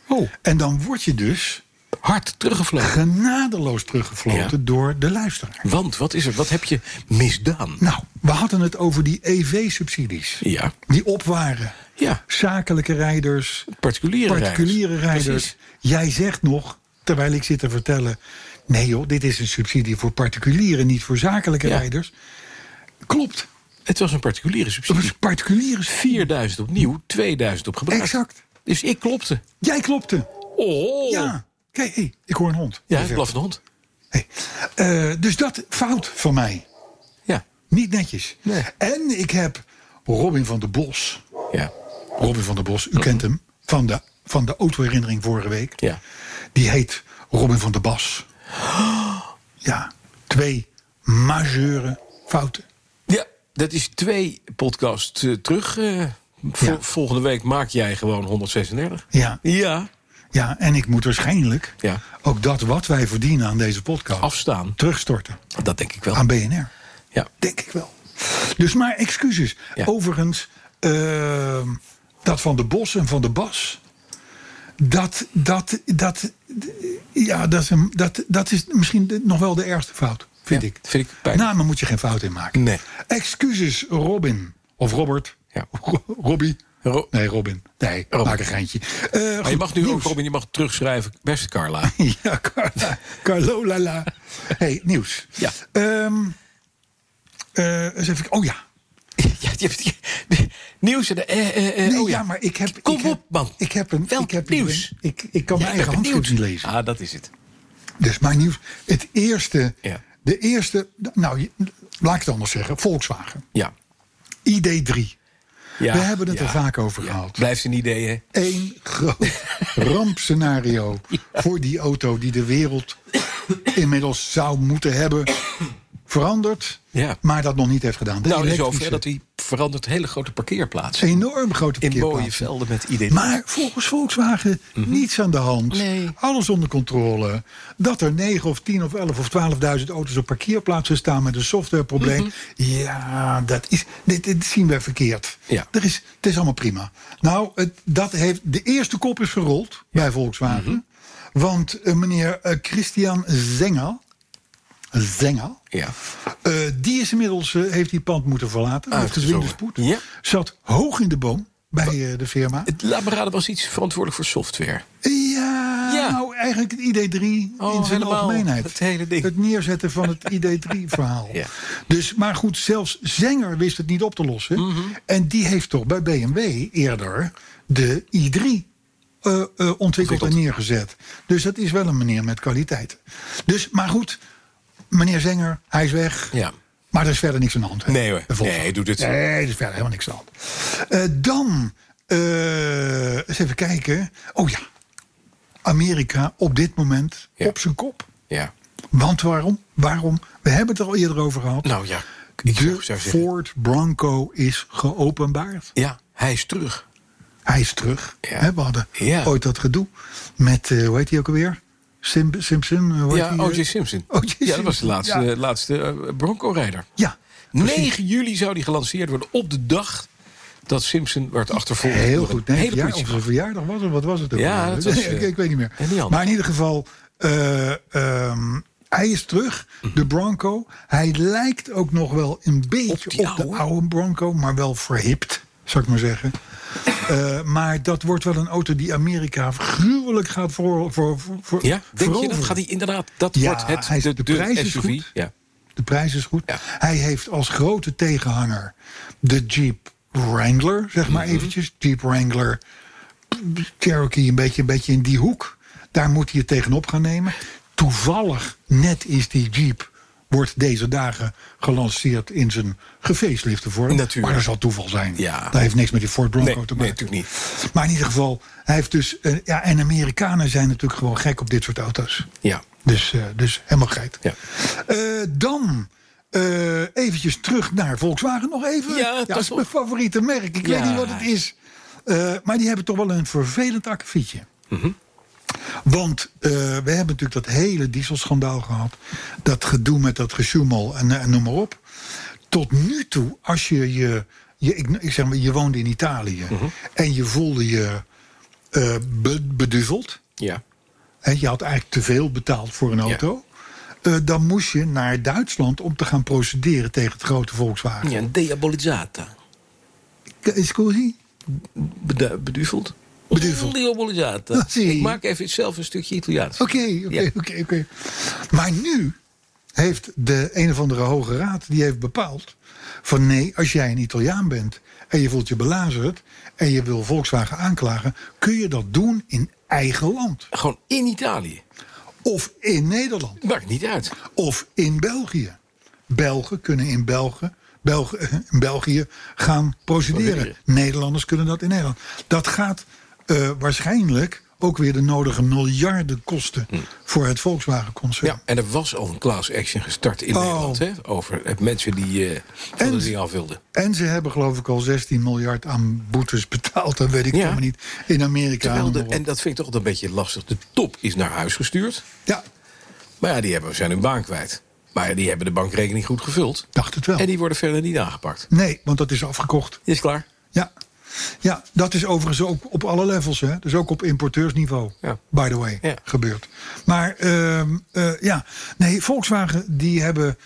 Speaker 2: oh.
Speaker 3: En dan word je dus
Speaker 2: hard teruggevlogen.
Speaker 3: genadeloos teruggefloten
Speaker 2: Ja.
Speaker 3: door de luisteraar.
Speaker 2: Want wat is er? Wat heb je misdaan?
Speaker 3: Nou, we hadden het over die EV-subsidies.
Speaker 2: Ja.
Speaker 3: Die op waren.
Speaker 2: Ja.
Speaker 3: Zakelijke rijders,
Speaker 2: Particuliere,
Speaker 3: particuliere rijders.
Speaker 2: Precies.
Speaker 3: Jij zegt nog, Terwijl ik zit te vertellen, nee joh, dit is een subsidie voor particulieren, niet voor zakelijke
Speaker 2: Ja.
Speaker 3: rijders. Klopt,
Speaker 2: Het was een particuliere
Speaker 3: dat
Speaker 2: subsidie.
Speaker 3: is particulieren.
Speaker 2: 4000 opnieuw, 2000 op gebruik.
Speaker 3: Exact.
Speaker 2: Dus ik klopte.
Speaker 3: Jij klopte.
Speaker 2: Oh.
Speaker 3: Ja. Kijk, hey, ik hoor een hond.
Speaker 2: Ja, het blaffende hond.
Speaker 3: Hey. Eh, dus dat fout van mij.
Speaker 2: Ja.
Speaker 3: Niet netjes.
Speaker 2: Nee.
Speaker 3: En ik heb Robin van der Bos.
Speaker 2: Ja.
Speaker 3: Robin van der Bos, u kent hem. Van de, van de autoherinnering vorige week.
Speaker 2: Ja.
Speaker 3: Die heet Robin van der Bas. Ja, twee majeure fouten.
Speaker 2: Ja, dat is twee podcasts eh, terug. eh, vo-
Speaker 3: Ja.
Speaker 2: Volgende week maak jij gewoon 136.
Speaker 3: Ja,
Speaker 2: Ja.
Speaker 3: ja, en ik moet waarschijnlijk
Speaker 2: Ja.
Speaker 3: ook dat wat wij verdienen aan deze podcast...
Speaker 2: Afstaan.
Speaker 3: terugstorten
Speaker 2: Dat denk ik wel.
Speaker 3: aan BNR.
Speaker 2: Ja.
Speaker 3: Denk ik wel. Dus maar excuses.
Speaker 2: Ja.
Speaker 3: Overigens, ehm, dat van de Bos en van de Bas. Dat, dat, dat, ja, dat, is een, dat, dat is misschien de- nog wel de ergste fout, vind
Speaker 2: Ja,
Speaker 3: ik.
Speaker 2: vind ik pijnlijk.
Speaker 3: Namen moet je geen fout in maken.
Speaker 2: Nee.
Speaker 3: Excuses, Robin. Of Robert.
Speaker 2: Ja.
Speaker 3: Of Ro- Robbie.
Speaker 2: Ro-
Speaker 3: nee, Robin. Nee,
Speaker 2: Robin.
Speaker 3: maak een geintje. Eh,
Speaker 2: Maar je
Speaker 3: goed,
Speaker 2: mag nu ook,
Speaker 3: nieuws.
Speaker 2: Robin, je mag terugschrijven. Beste Carla.
Speaker 3: Ja, Carla. Carlo Lala. hey, nieuws.
Speaker 2: Ja.
Speaker 3: Ehm, eh, eens even, oh ja.
Speaker 2: Ja, je hebt- je- nieuws en de- eh, eh, eh,
Speaker 3: Nee,
Speaker 2: oh
Speaker 3: ja. maar ik heb.
Speaker 2: Kom
Speaker 3: ik heb-
Speaker 2: op, man.
Speaker 3: Ik heb een.
Speaker 2: Welk
Speaker 3: ik heb
Speaker 2: nieuws?
Speaker 3: een- ik, ik kan mijn
Speaker 2: ik
Speaker 3: eigen
Speaker 2: ben
Speaker 3: handschrift niet
Speaker 2: benieuwd.
Speaker 3: lezen.
Speaker 2: Ah, dat is het.
Speaker 3: Dus mijn nieuws. Het eerste.
Speaker 2: Ja.
Speaker 3: De eerste. Nou, je- laat ik het anders zeggen. Volkswagen.
Speaker 2: Ja.
Speaker 3: ID3.
Speaker 2: ja.
Speaker 3: We hebben het
Speaker 2: ja.
Speaker 3: er vaak over
Speaker 2: Ja.
Speaker 3: gehad.
Speaker 2: Blijft een idee, hè?
Speaker 3: Eén groot rampscenario voor die auto die de wereld inmiddels zou moeten hebben veranderd.
Speaker 2: Ja.
Speaker 3: Maar dat nog niet heeft gedaan. De
Speaker 2: Nou, in
Speaker 3: elektrische-
Speaker 2: zover dat hij verandert hele grote parkeerplaatsen.
Speaker 3: Enorm grote
Speaker 2: In
Speaker 3: parkeerplaatsen.
Speaker 2: mooie velden met idee.
Speaker 3: Maar volgens Volkswagen niets aan de hand.
Speaker 2: Mhm. Nee.
Speaker 3: Alles onder controle. Dat er 9 of 10 of 11 of 12.000 auto's op parkeerplaatsen staan met een softwareprobleem. Ja, dat is, dit, dit zien wij verkeerd.
Speaker 2: Mhm. Ja.
Speaker 3: Er is, het is allemaal prima. Nou, het, dat heeft, de eerste kop is gerold bij Volkswagen.
Speaker 2: Mhm.
Speaker 3: Want eh, meneer eh, Christian Zengel. Zengel.
Speaker 2: Ja.
Speaker 3: eh, die is inmiddels, eh, heeft die pand moeten verlaten. Heeft gezwinde spoed.
Speaker 2: Ja.
Speaker 3: Zat hoog in de boom bij eh, de firma.
Speaker 2: Het Lamarade was iets verantwoordelijk voor software.
Speaker 3: Ja,
Speaker 2: Ja.
Speaker 3: nou eigenlijk het ID3
Speaker 2: Oh,
Speaker 3: in zijn
Speaker 2: helemaal,
Speaker 3: algemeenheid.
Speaker 2: het hele ding.
Speaker 3: Het neerzetten van het ID3-verhaal.
Speaker 2: Ja.
Speaker 3: Dus, maar goed, zelfs Zenger wist het niet op te lossen.
Speaker 2: Mhm.
Speaker 3: En die heeft toch bij BMW eerder de i3 eh, eh, ontwikkeld en neergezet. Dus dat is wel een meneer met kwaliteit. Dus, maar goed, meneer Zenger, hij is weg.
Speaker 2: Ja.
Speaker 3: Maar er is verder niks aan de hand. hè?
Speaker 2: Nee, hoor.
Speaker 3: Bij Volkswagen.
Speaker 2: Nee, hij doet het.
Speaker 3: Nee, er is verder helemaal niks aan de hand. Eh, dan, eh, eens even kijken. Oh ja, Amerika op dit moment
Speaker 2: Ja.
Speaker 3: op zijn kop.
Speaker 2: Ja.
Speaker 3: Want waarom? Waarom? We hebben het er al eerder over gehad.
Speaker 2: Nou ja, ik
Speaker 3: de
Speaker 2: zou zeggen.
Speaker 3: Ford Bronco is geopenbaard.
Speaker 2: Ja, hij is terug.
Speaker 3: Hij is terug.
Speaker 2: Ja.
Speaker 3: Hè, we hadden
Speaker 2: Ja.
Speaker 3: ooit dat gedoe met, eh, hoe heet hij ook alweer? Sim, Simpson? eh, hoe heet
Speaker 2: Ja,
Speaker 3: die, eh?
Speaker 2: O.J. Simpson.
Speaker 3: O.J.
Speaker 2: Ja, dat was de
Speaker 3: Simpson,
Speaker 2: laatste,
Speaker 3: ja.
Speaker 2: laatste eh, Bronco-rijder.
Speaker 3: Ja,
Speaker 2: 9 juli zou die gelanceerd worden op de dag dat Simpson werd achtervolgd.
Speaker 3: Heel
Speaker 2: door een
Speaker 3: goed. Nee,
Speaker 2: hele
Speaker 3: ja,
Speaker 2: politie.
Speaker 3: op zijn verjaardag was het. Wat was het ook?
Speaker 2: Ja,
Speaker 3: alweer? Dus
Speaker 2: dat was,
Speaker 3: ik,
Speaker 2: eh,
Speaker 3: ik weet niet meer.
Speaker 2: en die andere.
Speaker 3: Maar in ieder geval, eh, ehm, hij is terug. De Bronco. Hij lijkt ook nog wel een beetje
Speaker 2: Mhm. die
Speaker 3: op, de
Speaker 2: oude.
Speaker 3: oude Bronco, maar wel verhipt, zou ik maar zeggen. Eh, maar dat wordt wel een auto die Amerika gruwelijk gaat voor, voor, voor, voor-
Speaker 2: Ja, denk je dat?
Speaker 3: veroveren.
Speaker 2: Gaat hij inderdaad, dat
Speaker 3: Ja,
Speaker 2: wordt het,
Speaker 3: hij is-
Speaker 2: de,
Speaker 3: de
Speaker 2: de
Speaker 3: prijs is
Speaker 2: SUV.
Speaker 3: goed.
Speaker 2: Ja.
Speaker 3: De prijs is goed.
Speaker 2: Ja.
Speaker 3: Hij heeft als grote tegenhanger de Jeep Wrangler, zeg maar
Speaker 2: Mhm.
Speaker 3: eventjes. Jeep Wrangler, Cherokee, een beetje, een beetje in die hoek. Daar moet hij het tegenop gaan nemen. Toevallig, net is die Jeep, wordt deze dagen gelanceerd in zijn gefeestlifte vorm.
Speaker 2: Natuurlijk.
Speaker 3: Maar dat zal toeval zijn.
Speaker 2: Ja.
Speaker 3: Dat heeft niks met die Ford Bronco
Speaker 2: Nee,
Speaker 3: te
Speaker 2: nee,
Speaker 3: maken.
Speaker 2: natuurlijk
Speaker 3: niet. Maar in ieder geval, hij heeft dus... eh, ja, en Amerikanen zijn natuurlijk gewoon gek op dit soort auto's.
Speaker 2: Ja.
Speaker 3: Dus, eh, dus helemaal geit.
Speaker 2: Ja.
Speaker 3: Eh, dan eh, eventjes terug naar Volkswagen nog even.
Speaker 2: Ja,
Speaker 3: dat
Speaker 2: pas
Speaker 3: is
Speaker 2: op.
Speaker 3: mijn favoriete merk. Ik
Speaker 2: Ja.
Speaker 3: weet niet wat het is. Eh, maar die hebben toch wel een vervelend akkefietje. Want eh, we hebben natuurlijk dat hele dieselschandaal gehad. Dat gedoe met dat gesjoemel en, eh, en noem maar op. Tot nu toe, als je je... je ik, ik zeg maar, je woonde in Italië. En je voelde je eh be- beduveld.
Speaker 2: Ja.
Speaker 3: Hè, je had eigenlijk te veel betaald voor een auto. Eh, dan moest je naar Duitsland om te gaan procederen tegen het grote Volkswagen.
Speaker 2: ja, een diabolizzata.
Speaker 3: K- Is Scusi?
Speaker 2: Bedu- Beduveld?
Speaker 3: beduveld.
Speaker 2: Olio moligata.
Speaker 3: Zie je.
Speaker 2: Ik maak even zelf een stukje Italiaans.
Speaker 3: Oké,
Speaker 2: Ja.
Speaker 3: oké, oké, oké. Maar nu heeft de een of andere hoge raad die heeft bepaald van nee, als jij een Italiaan bent en je voelt je belazerd en je wil Volkswagen aanklagen, kun je dat doen in eigen land
Speaker 2: Gewoon in Italië.
Speaker 3: of in Nederland.
Speaker 2: Maakt niet uit.
Speaker 3: Of in België. Belgen kunnen in België, België, in België gaan procederen.
Speaker 2: Procederen.
Speaker 3: Nederlanders kunnen dat in Nederland. Dat gaat eh, waarschijnlijk ook weer de nodige miljarden kosten voor het Volkswagen-concern.
Speaker 2: Hm. Ja, en er was al een class action gestart in
Speaker 3: Oh.
Speaker 2: Nederland. Hè, over eh, mensen die eh van
Speaker 3: En-
Speaker 2: de ding af wilden.
Speaker 3: En ze hebben geloof ik al 16 miljard aan boetes betaald. Dat weet ik
Speaker 2: Ja.
Speaker 3: helemaal niet. In Amerika.
Speaker 2: Terwijl de-
Speaker 3: noem maar
Speaker 2: en
Speaker 3: op.
Speaker 2: dat vind ik toch altijd een beetje lastig. De top is naar huis gestuurd.
Speaker 3: Ja,
Speaker 2: Maar ja, die hebben, zijn hun baan kwijt. Maar ja, die hebben de bankrekening goed gevuld.
Speaker 3: dacht het wel.
Speaker 2: En die worden verder niet aangepakt.
Speaker 3: Nee, want dat is afgekocht.
Speaker 2: Is klaar.
Speaker 3: Ja. ja, dat is overigens ook op alle levels. Hè? Dus ook op importeursniveau,
Speaker 2: Ja.
Speaker 3: by the way,
Speaker 2: Ja.
Speaker 3: gebeurt. Maar ehm, eh, ja, nee, Volkswagen die hebben...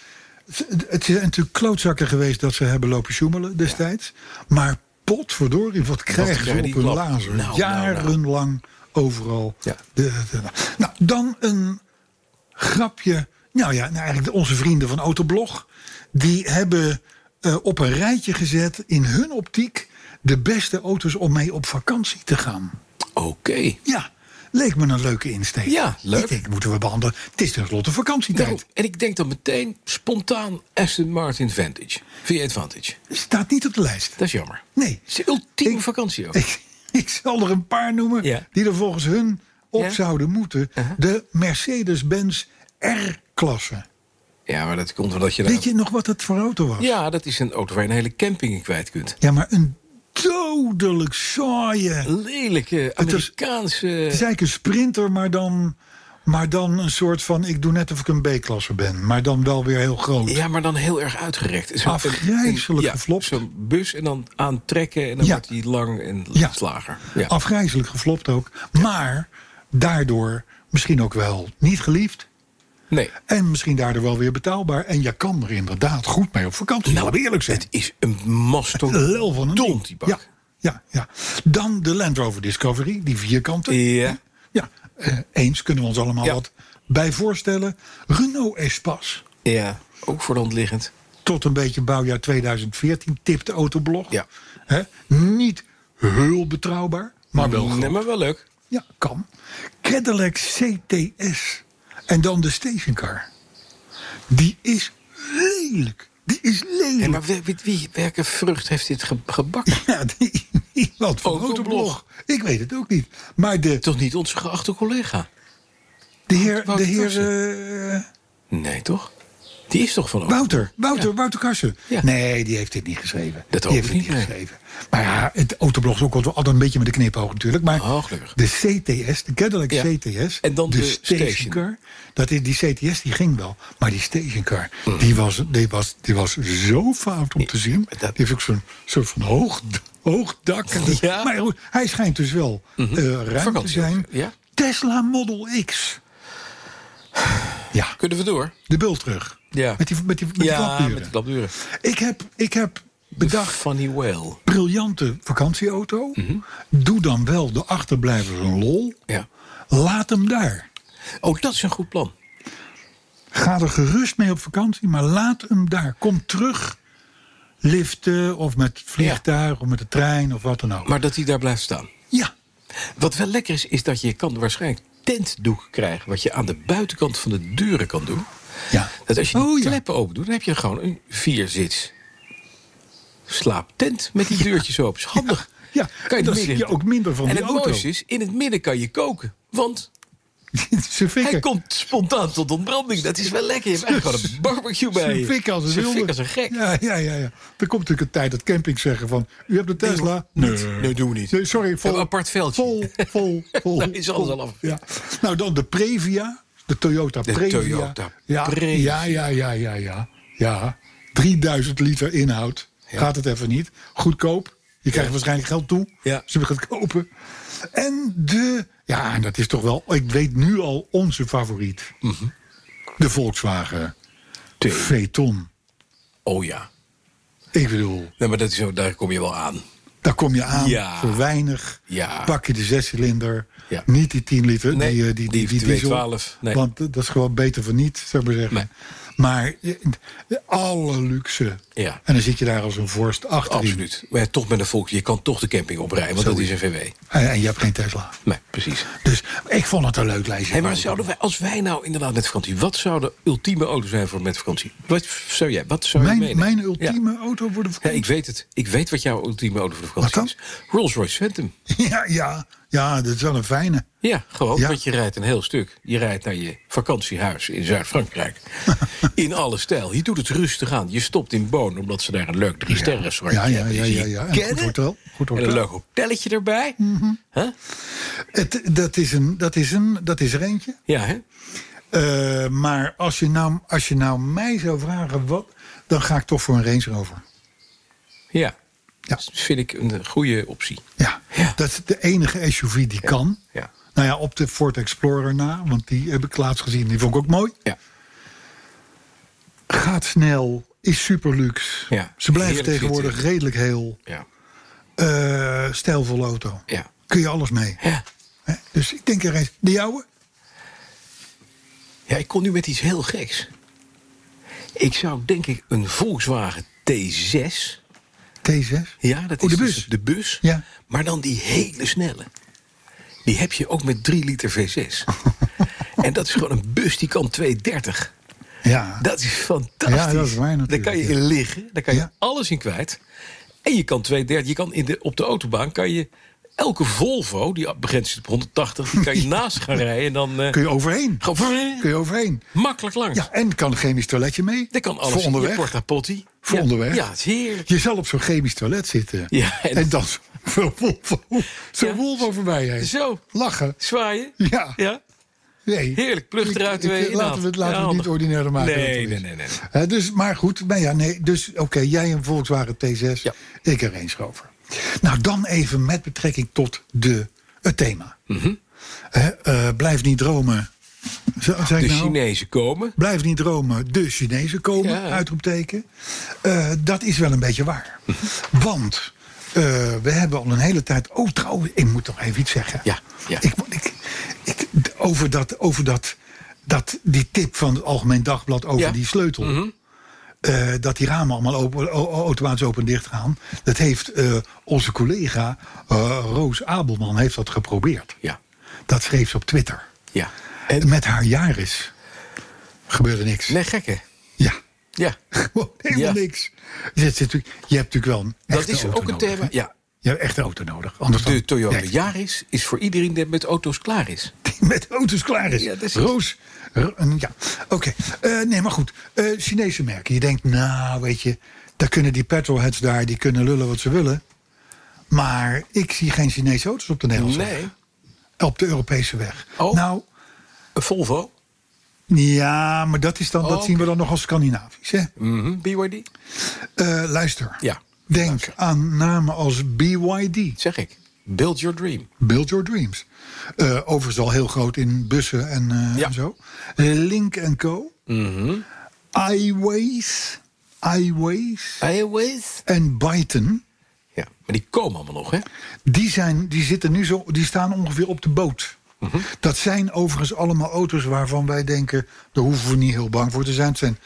Speaker 3: Het zijn natuurlijk klootzakken geweest dat ze hebben lopen sjoemelen destijds. Maar potverdorie, wat krijgen
Speaker 2: krijgen
Speaker 3: ze op
Speaker 2: die
Speaker 3: hun
Speaker 2: klap?
Speaker 3: lazer.
Speaker 2: Nou, nou, nou.
Speaker 3: Jarenlang overal.
Speaker 2: Ja.
Speaker 3: De, de- nou, dan een grapje. Nou ja, nou eigenlijk onze vrienden van Autoblog. Die hebben eh, op een rijtje gezet in hun optiek de beste auto's om mee op vakantie te gaan.
Speaker 2: Oké.
Speaker 3: Ja, leek me een leuke insteek.
Speaker 2: Ja, leuk.
Speaker 3: Ik denk, moeten we behandelen. Het is tenslotte vakantietijd.
Speaker 2: Daarom. Nou, En ik denk dan meteen spontaan Aston Martin Vantage. V8 Vantage.
Speaker 3: Staat niet op de lijst.
Speaker 2: Dat is jammer.
Speaker 3: Nee.
Speaker 2: Het is de ultieme
Speaker 3: Ik-
Speaker 2: vakantie ook.
Speaker 3: Ik, ik zal er een paar noemen
Speaker 2: Ja.
Speaker 3: die er volgens hun op
Speaker 2: Ja. Uh-huh.
Speaker 3: zouden moeten. De Mercedes-Benz R-klasse.
Speaker 2: Ja, maar dat komt omdat je daar...
Speaker 3: Weet je nog wat dat voor auto was?
Speaker 2: Ja, dat is een auto waar je een hele camping in kwijt kunt.
Speaker 3: Ja, maar een dodelijk saaie.
Speaker 2: Lelijke
Speaker 3: was-
Speaker 2: Amerikaanse...
Speaker 3: Het is eigenlijk een sprinter, maar dan, maar dan een soort van... ik doe net of ik een B-klasse ben, maar dan wel weer heel groot.
Speaker 2: Ja, maar dan heel erg uitgerekt. Zo-
Speaker 3: Afgrijzelijk
Speaker 2: een- ja,
Speaker 3: geflopt.
Speaker 2: Zo'n bus en dan aantrekken en dan
Speaker 3: Ja.
Speaker 2: wordt die lang en
Speaker 3: Ja.
Speaker 2: slager. Ja.
Speaker 3: Afgrijzelijk geflopt ook. Maar daardoor misschien ook wel niet geliefd.
Speaker 2: Nee.
Speaker 3: En misschien daardoor wel weer betaalbaar. En je kan er inderdaad goed mee op vakantie. Nou, laten we eerlijk zijn.
Speaker 2: Het is een mastodont.
Speaker 3: Lel van een ding.
Speaker 2: die bak.
Speaker 3: Ja, ja, ja. Dan de Land Rover Discovery, die vierkante.
Speaker 2: Ja.
Speaker 3: Ja, eh, eens kunnen we ons allemaal
Speaker 2: Ja.
Speaker 3: wat bij voorstellen. Renault Espace,
Speaker 2: Ja, ook voor de hand liggend.
Speaker 3: tot een beetje bouwjaar 2014, tipt autoblog.
Speaker 2: Ja.
Speaker 3: Hè? Niet heel betrouwbaar, maar wel
Speaker 2: Nee,
Speaker 3: goed.
Speaker 2: maar wel leuk.
Speaker 3: Ja, kan. Cadillac CTS. En dan de stationcar. Die is lelijk. Die is lelijk.
Speaker 2: Hé, maar wie, wie, wie- welke vrucht heeft dit ge- gebakken?
Speaker 3: Ja, die, iemand van
Speaker 2: Autoblog.
Speaker 3: Autoblog. Ik weet het ook niet. Maar de,
Speaker 2: Toch niet onze geachte collega?
Speaker 3: de heer, de
Speaker 2: Wouter
Speaker 3: heer
Speaker 2: Karsen.
Speaker 3: eh,
Speaker 2: Nee, toch? Die is toch van over.
Speaker 3: Wouter, Wouter, Wouter Karsen.
Speaker 2: Ja.
Speaker 3: Nee, die heeft dit niet geschreven.
Speaker 2: Dat
Speaker 3: die
Speaker 2: hoop
Speaker 3: heeft
Speaker 2: ik
Speaker 3: het
Speaker 2: niet, nee.
Speaker 3: geschreven. Maar ja, het autoblog is ook altijd- altijd een beetje met de knipoog natuurlijk. Maar
Speaker 2: Oh, gelukkig.
Speaker 3: de CTS, de Cadillac
Speaker 2: Ja.
Speaker 3: CTS,
Speaker 2: En dan
Speaker 3: de,
Speaker 2: de
Speaker 3: stationcar.
Speaker 2: station.
Speaker 3: Dat is, die CTS die ging wel, maar die stationcar,
Speaker 2: Mm.
Speaker 3: die, was, die, was, die was zo fout om te zien.
Speaker 2: maar
Speaker 3: Die
Speaker 2: dat-
Speaker 3: heeft ook zo'n soort van hoog, hoog dak. En dat-
Speaker 2: Ja. Mhm.
Speaker 3: Maar goed, hij schijnt dus wel eh ruim te
Speaker 2: Vakantie
Speaker 3: zijn.
Speaker 2: ook, ja.
Speaker 3: Tesla Model X. Ja,
Speaker 2: Kunnen we door?
Speaker 3: de bult terug.
Speaker 2: Ja.
Speaker 3: Met die, met die, met die
Speaker 2: ja,
Speaker 3: klapdeuren.
Speaker 2: met de klapduren.
Speaker 3: Ik heb, ik heb
Speaker 2: De
Speaker 3: bedacht,
Speaker 2: Funny Whale.
Speaker 3: briljante vakantieauto.
Speaker 2: Mhm.
Speaker 3: Doe dan wel de achterblijvers een lol.
Speaker 2: Ja.
Speaker 3: Laat hem daar.
Speaker 2: Oh, dat is een goed plan.
Speaker 3: Ga er gerust mee op vakantie, maar laat hem daar. Kom terug. Liften of met het vliegtuig of met de trein of wat dan ook.
Speaker 2: Maar dat hij daar blijft staan.
Speaker 3: ja,
Speaker 2: Wat wel lekker is, is dat je kan waarschijnlijk tentdoek krijgen... wat je aan de buitenkant van de deuren kan doen.
Speaker 3: ja.
Speaker 2: Dat als je die
Speaker 3: Oh, ja.
Speaker 2: kleppen open doet, dan heb je gewoon een vierzits slaaptent met die deurtjes open. Is handig.
Speaker 3: Ja,
Speaker 2: kan je
Speaker 3: dan
Speaker 2: er midden
Speaker 3: zie je
Speaker 2: in-
Speaker 3: ook minder van
Speaker 2: En
Speaker 3: die
Speaker 2: het
Speaker 3: auto.
Speaker 2: mooiste is, in het midden kan je koken. Want
Speaker 3: Ze
Speaker 2: hij
Speaker 3: fikken.
Speaker 2: komt spontaan tot ontbranding. Dat is wel lekker. Je hebt eigenlijk gewoon een barbecue bij
Speaker 3: Ze
Speaker 2: je.
Speaker 3: fikken als een
Speaker 2: Ze
Speaker 3: wilde.
Speaker 2: fikken als een gek.
Speaker 3: Ja, ja, ja, ja. Er komt natuurlijk een tijd dat campings zeggen van... U hebt een Tesla?
Speaker 2: Nee, doen we niet.
Speaker 3: Nee, sorry, vol.
Speaker 2: Een apart veldje.
Speaker 3: Vol, vol, vol.
Speaker 2: Daar is alles
Speaker 3: vol.
Speaker 2: al af.
Speaker 3: Ja. Nou, dan de Previa. De Toyota
Speaker 2: De
Speaker 3: Previa.
Speaker 2: Toyota
Speaker 3: ja,
Speaker 2: Previa.
Speaker 3: Ja, ja, ja, ja, ja. Ja, 3000 liter inhoud. Gaat het even niet. Goedkoop. Je krijgt waarschijnlijk geld toe.
Speaker 2: Ja.
Speaker 3: Ze gaan het kopen. En de... Ja, en dat is toch wel... Ik weet nu al onze favoriet.
Speaker 2: Mhm.
Speaker 3: De Volkswagen
Speaker 2: Twee.
Speaker 3: Veton.
Speaker 2: Oh ja.
Speaker 3: Ik bedoel...
Speaker 2: Nee, maar dat is, zo- daar kom je wel aan.
Speaker 3: Daar kom je aan
Speaker 2: Ja.
Speaker 3: voor weinig.
Speaker 2: Ja.
Speaker 3: Pak je de zescilinder.
Speaker 2: Ja.
Speaker 3: Niet die 10 liter,
Speaker 2: Nee,
Speaker 3: die, eh, die, die,
Speaker 2: die
Speaker 3: die diesel.
Speaker 2: 212, nee.
Speaker 3: Want eh, dat is gewoon beter voor niet, zou ik maar zeggen.
Speaker 2: Nee.
Speaker 3: Maar eh, alle luxe.
Speaker 2: Ja.
Speaker 3: En dan zit je daar als een vorst achterin.
Speaker 2: Absoluut. Maar toch met een volk, je kan toch de camping oprijden, want dat is een VW.
Speaker 3: Eh, En, en je hebt geen Tesla.
Speaker 2: Nee, precies.
Speaker 3: Dus ik vond het een leuk lijstje.
Speaker 2: Hey, maar zouden wij, als wij nou inderdaad met vakantie, wat zou de ultieme auto zijn voor met vakantie? Wat zou jij, wat zou je
Speaker 3: mijn,
Speaker 2: meenemen?
Speaker 3: mijn
Speaker 2: Ja.
Speaker 3: ultieme auto worden
Speaker 2: Ja,
Speaker 3: verkocht.
Speaker 2: ik weet het. Ik weet wat jouw ultieme auto voor de
Speaker 3: Wat
Speaker 2: vakantie
Speaker 3: dan?
Speaker 2: is. Rolls-Royce Phantom.
Speaker 3: Ja, ja, ja, dat is wel een fijne.
Speaker 2: Ja, gewoon.
Speaker 3: Ja.
Speaker 2: Want je rijdt een heel stuk. Je rijdt naar je vakantiehuis in Zuid-Frankrijk. in alle stijl. Je doet het rustig aan. Je stopt in Boon, omdat ze daar een leuk drie sterren restaurant
Speaker 3: Ja, ja,
Speaker 2: hebben.
Speaker 3: ja,
Speaker 2: Dus
Speaker 3: ja,
Speaker 2: je
Speaker 3: ja. En
Speaker 2: kent
Speaker 3: een
Speaker 2: het.
Speaker 3: goed hotel. Goed
Speaker 2: En een
Speaker 3: hotel.
Speaker 2: leuk hotelletje erbij.
Speaker 3: Mhm.
Speaker 2: Huh?
Speaker 3: Het, dat, is een, dat, is een, dat is er eentje.
Speaker 2: Ja, hè?
Speaker 3: Eh, maar als je, nou, als je nou mij zou vragen, wat, dan ga ik toch voor een Range Rover.
Speaker 2: Ja.
Speaker 3: Ja.
Speaker 2: Dat vind ik een goede optie.
Speaker 3: Ja,
Speaker 2: Ja.
Speaker 3: dat is de enige SUV die kan.
Speaker 2: Ja.
Speaker 3: Nou ja, op de Ford Explorer na, want die heb ik laatst gezien. Die vond ik ook mooi.
Speaker 2: Ja.
Speaker 3: Gaat snel, is super luxe.
Speaker 2: Ja.
Speaker 3: Ze blijven
Speaker 2: Heerlijk
Speaker 3: tegenwoordig
Speaker 2: zitten.
Speaker 3: redelijk heel.
Speaker 2: Ja.
Speaker 3: eh stijlvol auto.
Speaker 2: Ja.
Speaker 3: Kun je alles mee.
Speaker 2: Ja.
Speaker 3: Hè? Dus ik denk er eens, de jouwe?
Speaker 2: Ja, ik kom nu met iets heel geks. Ik zou denk ik een Volkswagen T6.
Speaker 3: T6?
Speaker 2: Ja, dat
Speaker 3: Oh,
Speaker 2: is
Speaker 3: de
Speaker 2: dus
Speaker 3: bus.
Speaker 2: de bus.
Speaker 3: Ja.
Speaker 2: Maar dan die hele snelle. Die heb je ook met 3 liter V6. en dat is gewoon een bus die kan 230.
Speaker 3: Ja.
Speaker 2: Dat is fantastisch.
Speaker 3: Ja, dat is waar natuurlijk,
Speaker 2: Daar kan je
Speaker 3: ja.
Speaker 2: in liggen, daar kan je
Speaker 3: Ja.
Speaker 2: alles in kwijt. En je kan 230, je kan in de, op de autobaan kan je elke Volvo, die begrenzt zit op 180, die kan je naast gaan rijden en dan eh,
Speaker 3: Kun je overheen.
Speaker 2: gewoon eh,
Speaker 3: Kun je overheen.
Speaker 2: makkelijk langs.
Speaker 3: Ja, en kan een chemisch toiletje mee.
Speaker 2: Dat kan alles.
Speaker 3: Voor
Speaker 2: Je
Speaker 3: onderweg.
Speaker 2: porta potty.
Speaker 3: Voor
Speaker 2: ja.
Speaker 3: onderweg.
Speaker 2: Ja, het is heerlijk.
Speaker 3: Je zal op zo'n chemisch toilet zitten.
Speaker 2: Ja,
Speaker 3: en,
Speaker 2: en-
Speaker 3: dan zo'n Volvo, zo'n
Speaker 2: Ja.
Speaker 3: Volvo voorbij heen.
Speaker 2: Zo.
Speaker 3: Lachen.
Speaker 2: Zwaaien.
Speaker 3: Ja.
Speaker 2: ja.
Speaker 3: Nee.
Speaker 2: Heerlijk, plug
Speaker 3: Ik-
Speaker 2: eruit,
Speaker 3: ik-
Speaker 2: weer in
Speaker 3: Laten we
Speaker 2: hand.
Speaker 3: het laten
Speaker 2: Ja,
Speaker 3: we het niet
Speaker 2: handig.
Speaker 3: ordinair maken.
Speaker 2: Nee,
Speaker 3: dat het
Speaker 2: nee,
Speaker 3: is.
Speaker 2: nee, nee, nee.
Speaker 3: Hè, dus, maar goed, nou ja, nee, dus oké, jij een Volkswagen T6,
Speaker 2: Ja.
Speaker 3: ik er eens over. Nou, dan even met betrekking tot de, het thema.
Speaker 2: Mhm.
Speaker 3: Hè, eh, blijf niet dromen. Z- zei
Speaker 2: De
Speaker 3: ik nou?
Speaker 2: Chinezen komen.
Speaker 3: Blijf niet dromen, de Chinezen komen,
Speaker 2: Ja.
Speaker 3: uitroepteken. Eh, dat is wel een beetje waar. Want eh, we hebben al een hele tijd... Oh, trouwens, ik moet nog even iets zeggen.
Speaker 2: Ja, ja.
Speaker 3: Ik, moet- ik, ik, d- over dat, over dat, dat, die tip van het Algemeen Dagblad over
Speaker 2: Ja. Mhm.
Speaker 3: die sleutel... eh, dat die ramen allemaal open, o- o- automatisch open en dicht gaan. Dat heeft eh, onze collega eh, Roos Abelman heeft dat geprobeerd.
Speaker 2: Ja.
Speaker 3: Dat schreef ze op Twitter.
Speaker 2: Ja.
Speaker 3: En met haar jaris gebeurde niks.
Speaker 2: Nee, gekke.
Speaker 3: Ja,
Speaker 2: Ja.
Speaker 3: gewoon helemaal
Speaker 2: Ja.
Speaker 3: niks. Je hebt natuurlijk, je hebt natuurlijk wel een
Speaker 2: Dat
Speaker 3: echte
Speaker 2: is
Speaker 3: auto
Speaker 2: ook een
Speaker 3: nodig,
Speaker 2: thema.
Speaker 3: hè?
Speaker 2: Ja.
Speaker 3: Je hebt echt een auto nodig. Anders
Speaker 2: De
Speaker 3: dan-
Speaker 2: Toyota
Speaker 3: Ja,
Speaker 2: Yaris is voor iedereen die met auto's klaar is.
Speaker 3: die met auto's klaar is.
Speaker 2: Ja, dat is het.
Speaker 3: Roos. Ro- een- Ja, oké. Eh, nee, maar goed. Eh, Chinese merken. Je denkt, nou, weet je, daar kunnen die petrolheads daar, die kunnen lullen wat ze willen. Maar ik zie geen Chinese auto's op de Nederlandse
Speaker 2: Nee.
Speaker 3: weg. Op de Europese weg.
Speaker 2: Oh.
Speaker 3: Nou,
Speaker 2: Een Volvo.
Speaker 3: ja, maar dat, is dan, dat
Speaker 2: Oh,
Speaker 3: zien we dan nog als Scandinavisch. Hè?
Speaker 2: Mhm. BYD.
Speaker 3: Eh, luister.
Speaker 2: Ja.
Speaker 3: Denk aan namen als BYD,
Speaker 2: Zeg ik. Build your dream.
Speaker 3: Build Your Dreams. Eh, overigens al heel groot in bussen en, eh,
Speaker 2: Ja. Mhm.
Speaker 3: en zo. Link Co. iWays. iWays.
Speaker 2: Highways.
Speaker 3: En Byton.
Speaker 2: Ja. Maar die komen allemaal nog, hè?
Speaker 3: Die, zijn, die, zitten nu zo, die staan ongeveer op de boot. Dat zijn overigens allemaal auto's waarvan wij denken... daar hoeven we niet heel bang voor te zijn. Het zijn